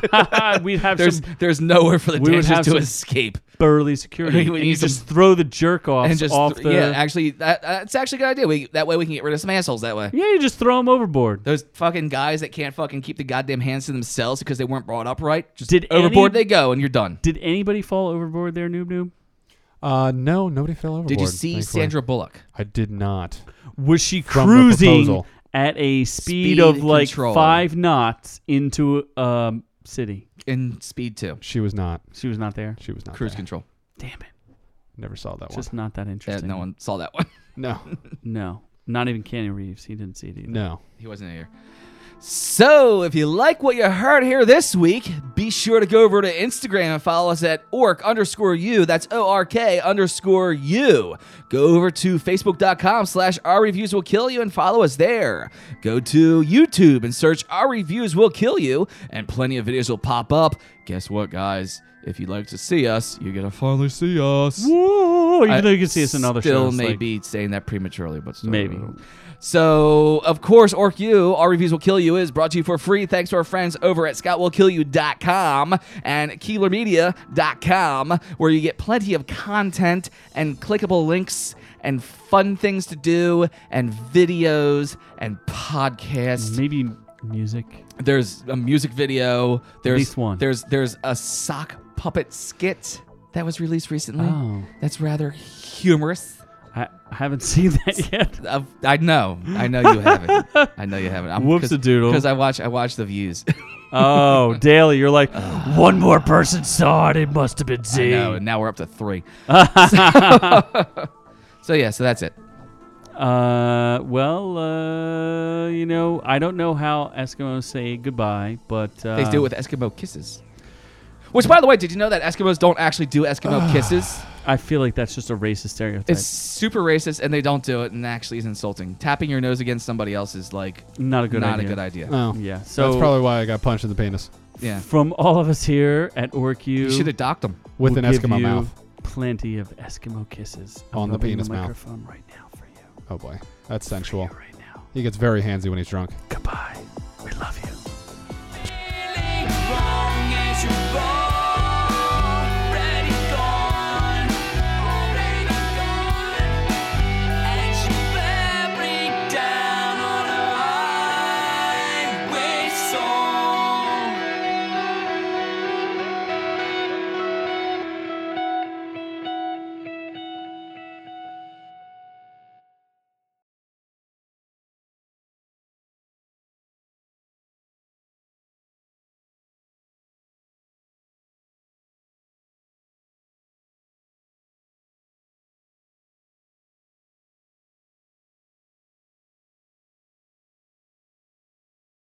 B: <laughs>
A: We'd have
B: there's
A: some
B: there's nowhere for the
A: We would have
B: dancers to
A: some-
B: escape
A: burly security.
B: <laughs> We
A: and you
B: need some-
A: just throw the jerk off
B: and just
A: off the.
B: yeah actually that that's actually a good idea we, that way we can get rid of some assholes that way
A: Yeah, you just throw them overboard.
B: those fucking guys that can't fucking keep the goddamn hands to themselves because they weren't brought up right just
A: Did
B: overboard
A: any-
B: they go and you're done
A: Did anybody fall overboard there, Noob Noob?
C: Uh, no, nobody fell overboard.
B: did you see
C: thankfully.
B: Sandra Bullock
C: I did not.
A: Was she
C: From the
A: cruising
C: proposal.
A: at a speed,
B: Speed
A: of like
B: control.
A: five knots into a um, city.
B: in Speed Two,
C: She was not.
A: She was not there.
C: She was not.
B: Cruise
C: there.
B: Control.
A: Damn it.
C: Never saw that
A: Just
C: one.
A: not that
B: Yeah,
A: interesting.
B: no one saw that one.
A: <laughs>
C: No,
A: No. Not even Kenny Reeves. He didn't see it either.
C: no.
B: He wasn't here. So, if you like what you heard here this week, be sure to go over to Instagram and follow us at orc underscore u. That's O R K underscore u. Go over to facebook.com slash our reviews will kill you and follow us there. Go to YouTube and search our reviews will kill you, and plenty of videos will pop up. Guess what, guys? If you'd like to see us, you're gonna finally see us.
A: Whoa, even
B: I
A: though you can see us in other
B: still
A: shows.
B: may
A: like-
B: be saying that prematurely, but still.
A: Maybe.
B: So, of course, Orc You, Our Reviews Will Kill You is brought to you for free thanks to our friends over at ScottWillKillYou.com and KeelerMedia.com, where you get plenty of content and clickable links and fun things to do and videos and podcasts.
A: maybe music.
B: There's a music video. There's
A: least one.
B: There's there's a sock puppet skit that was released recently.
A: Oh.
B: That's rather humorous.
A: I, I haven't <laughs> seen
B: <laughs>
A: that yet.
B: I've, I know, I know you haven't.
A: <laughs>
B: I know you haven't. I'm,
A: Whoops-a-doodle.
B: Because I watch, I watch the views. <laughs>
A: Oh, Daly, you're
B: <sighs>
A: like, one more person saw it. It must have been
B: I
A: Z.
B: know, and now we're up to
A: <laughs>
B: three. <laughs> so yeah, so that's it.
A: Uh, well, uh, you know, I don't know how Eskimos say goodbye, but uh,
B: They do it with Eskimo kisses. Which, by the way, did you know that Eskimos don't actually
A: <sighs>
B: do Eskimo kisses?
A: I feel like that's just a racist stereotype.
B: It's super racist, and they don't do it, and actually is insulting. Tapping your nose against somebody else is like
A: not a good
B: not
A: idea. Uh,
B: a good idea.
C: Oh,
A: Yeah.
C: So that's
A: So
C: probably why I got punched in the penis
B: yeah,
A: from all of us here at Orcu,
B: you should have docked them.
C: with
A: we'll
C: an
A: give
C: Eskimo
A: you
C: mouth.
A: Plenty of Eskimo kisses I'm
C: On the
A: rubbing
C: penis
A: the
C: mouth.
A: microphone right now for you.
C: Oh boy, that's sensual.
A: Right now.
C: He gets very handsy when he's drunk.
A: Goodbye. We love you.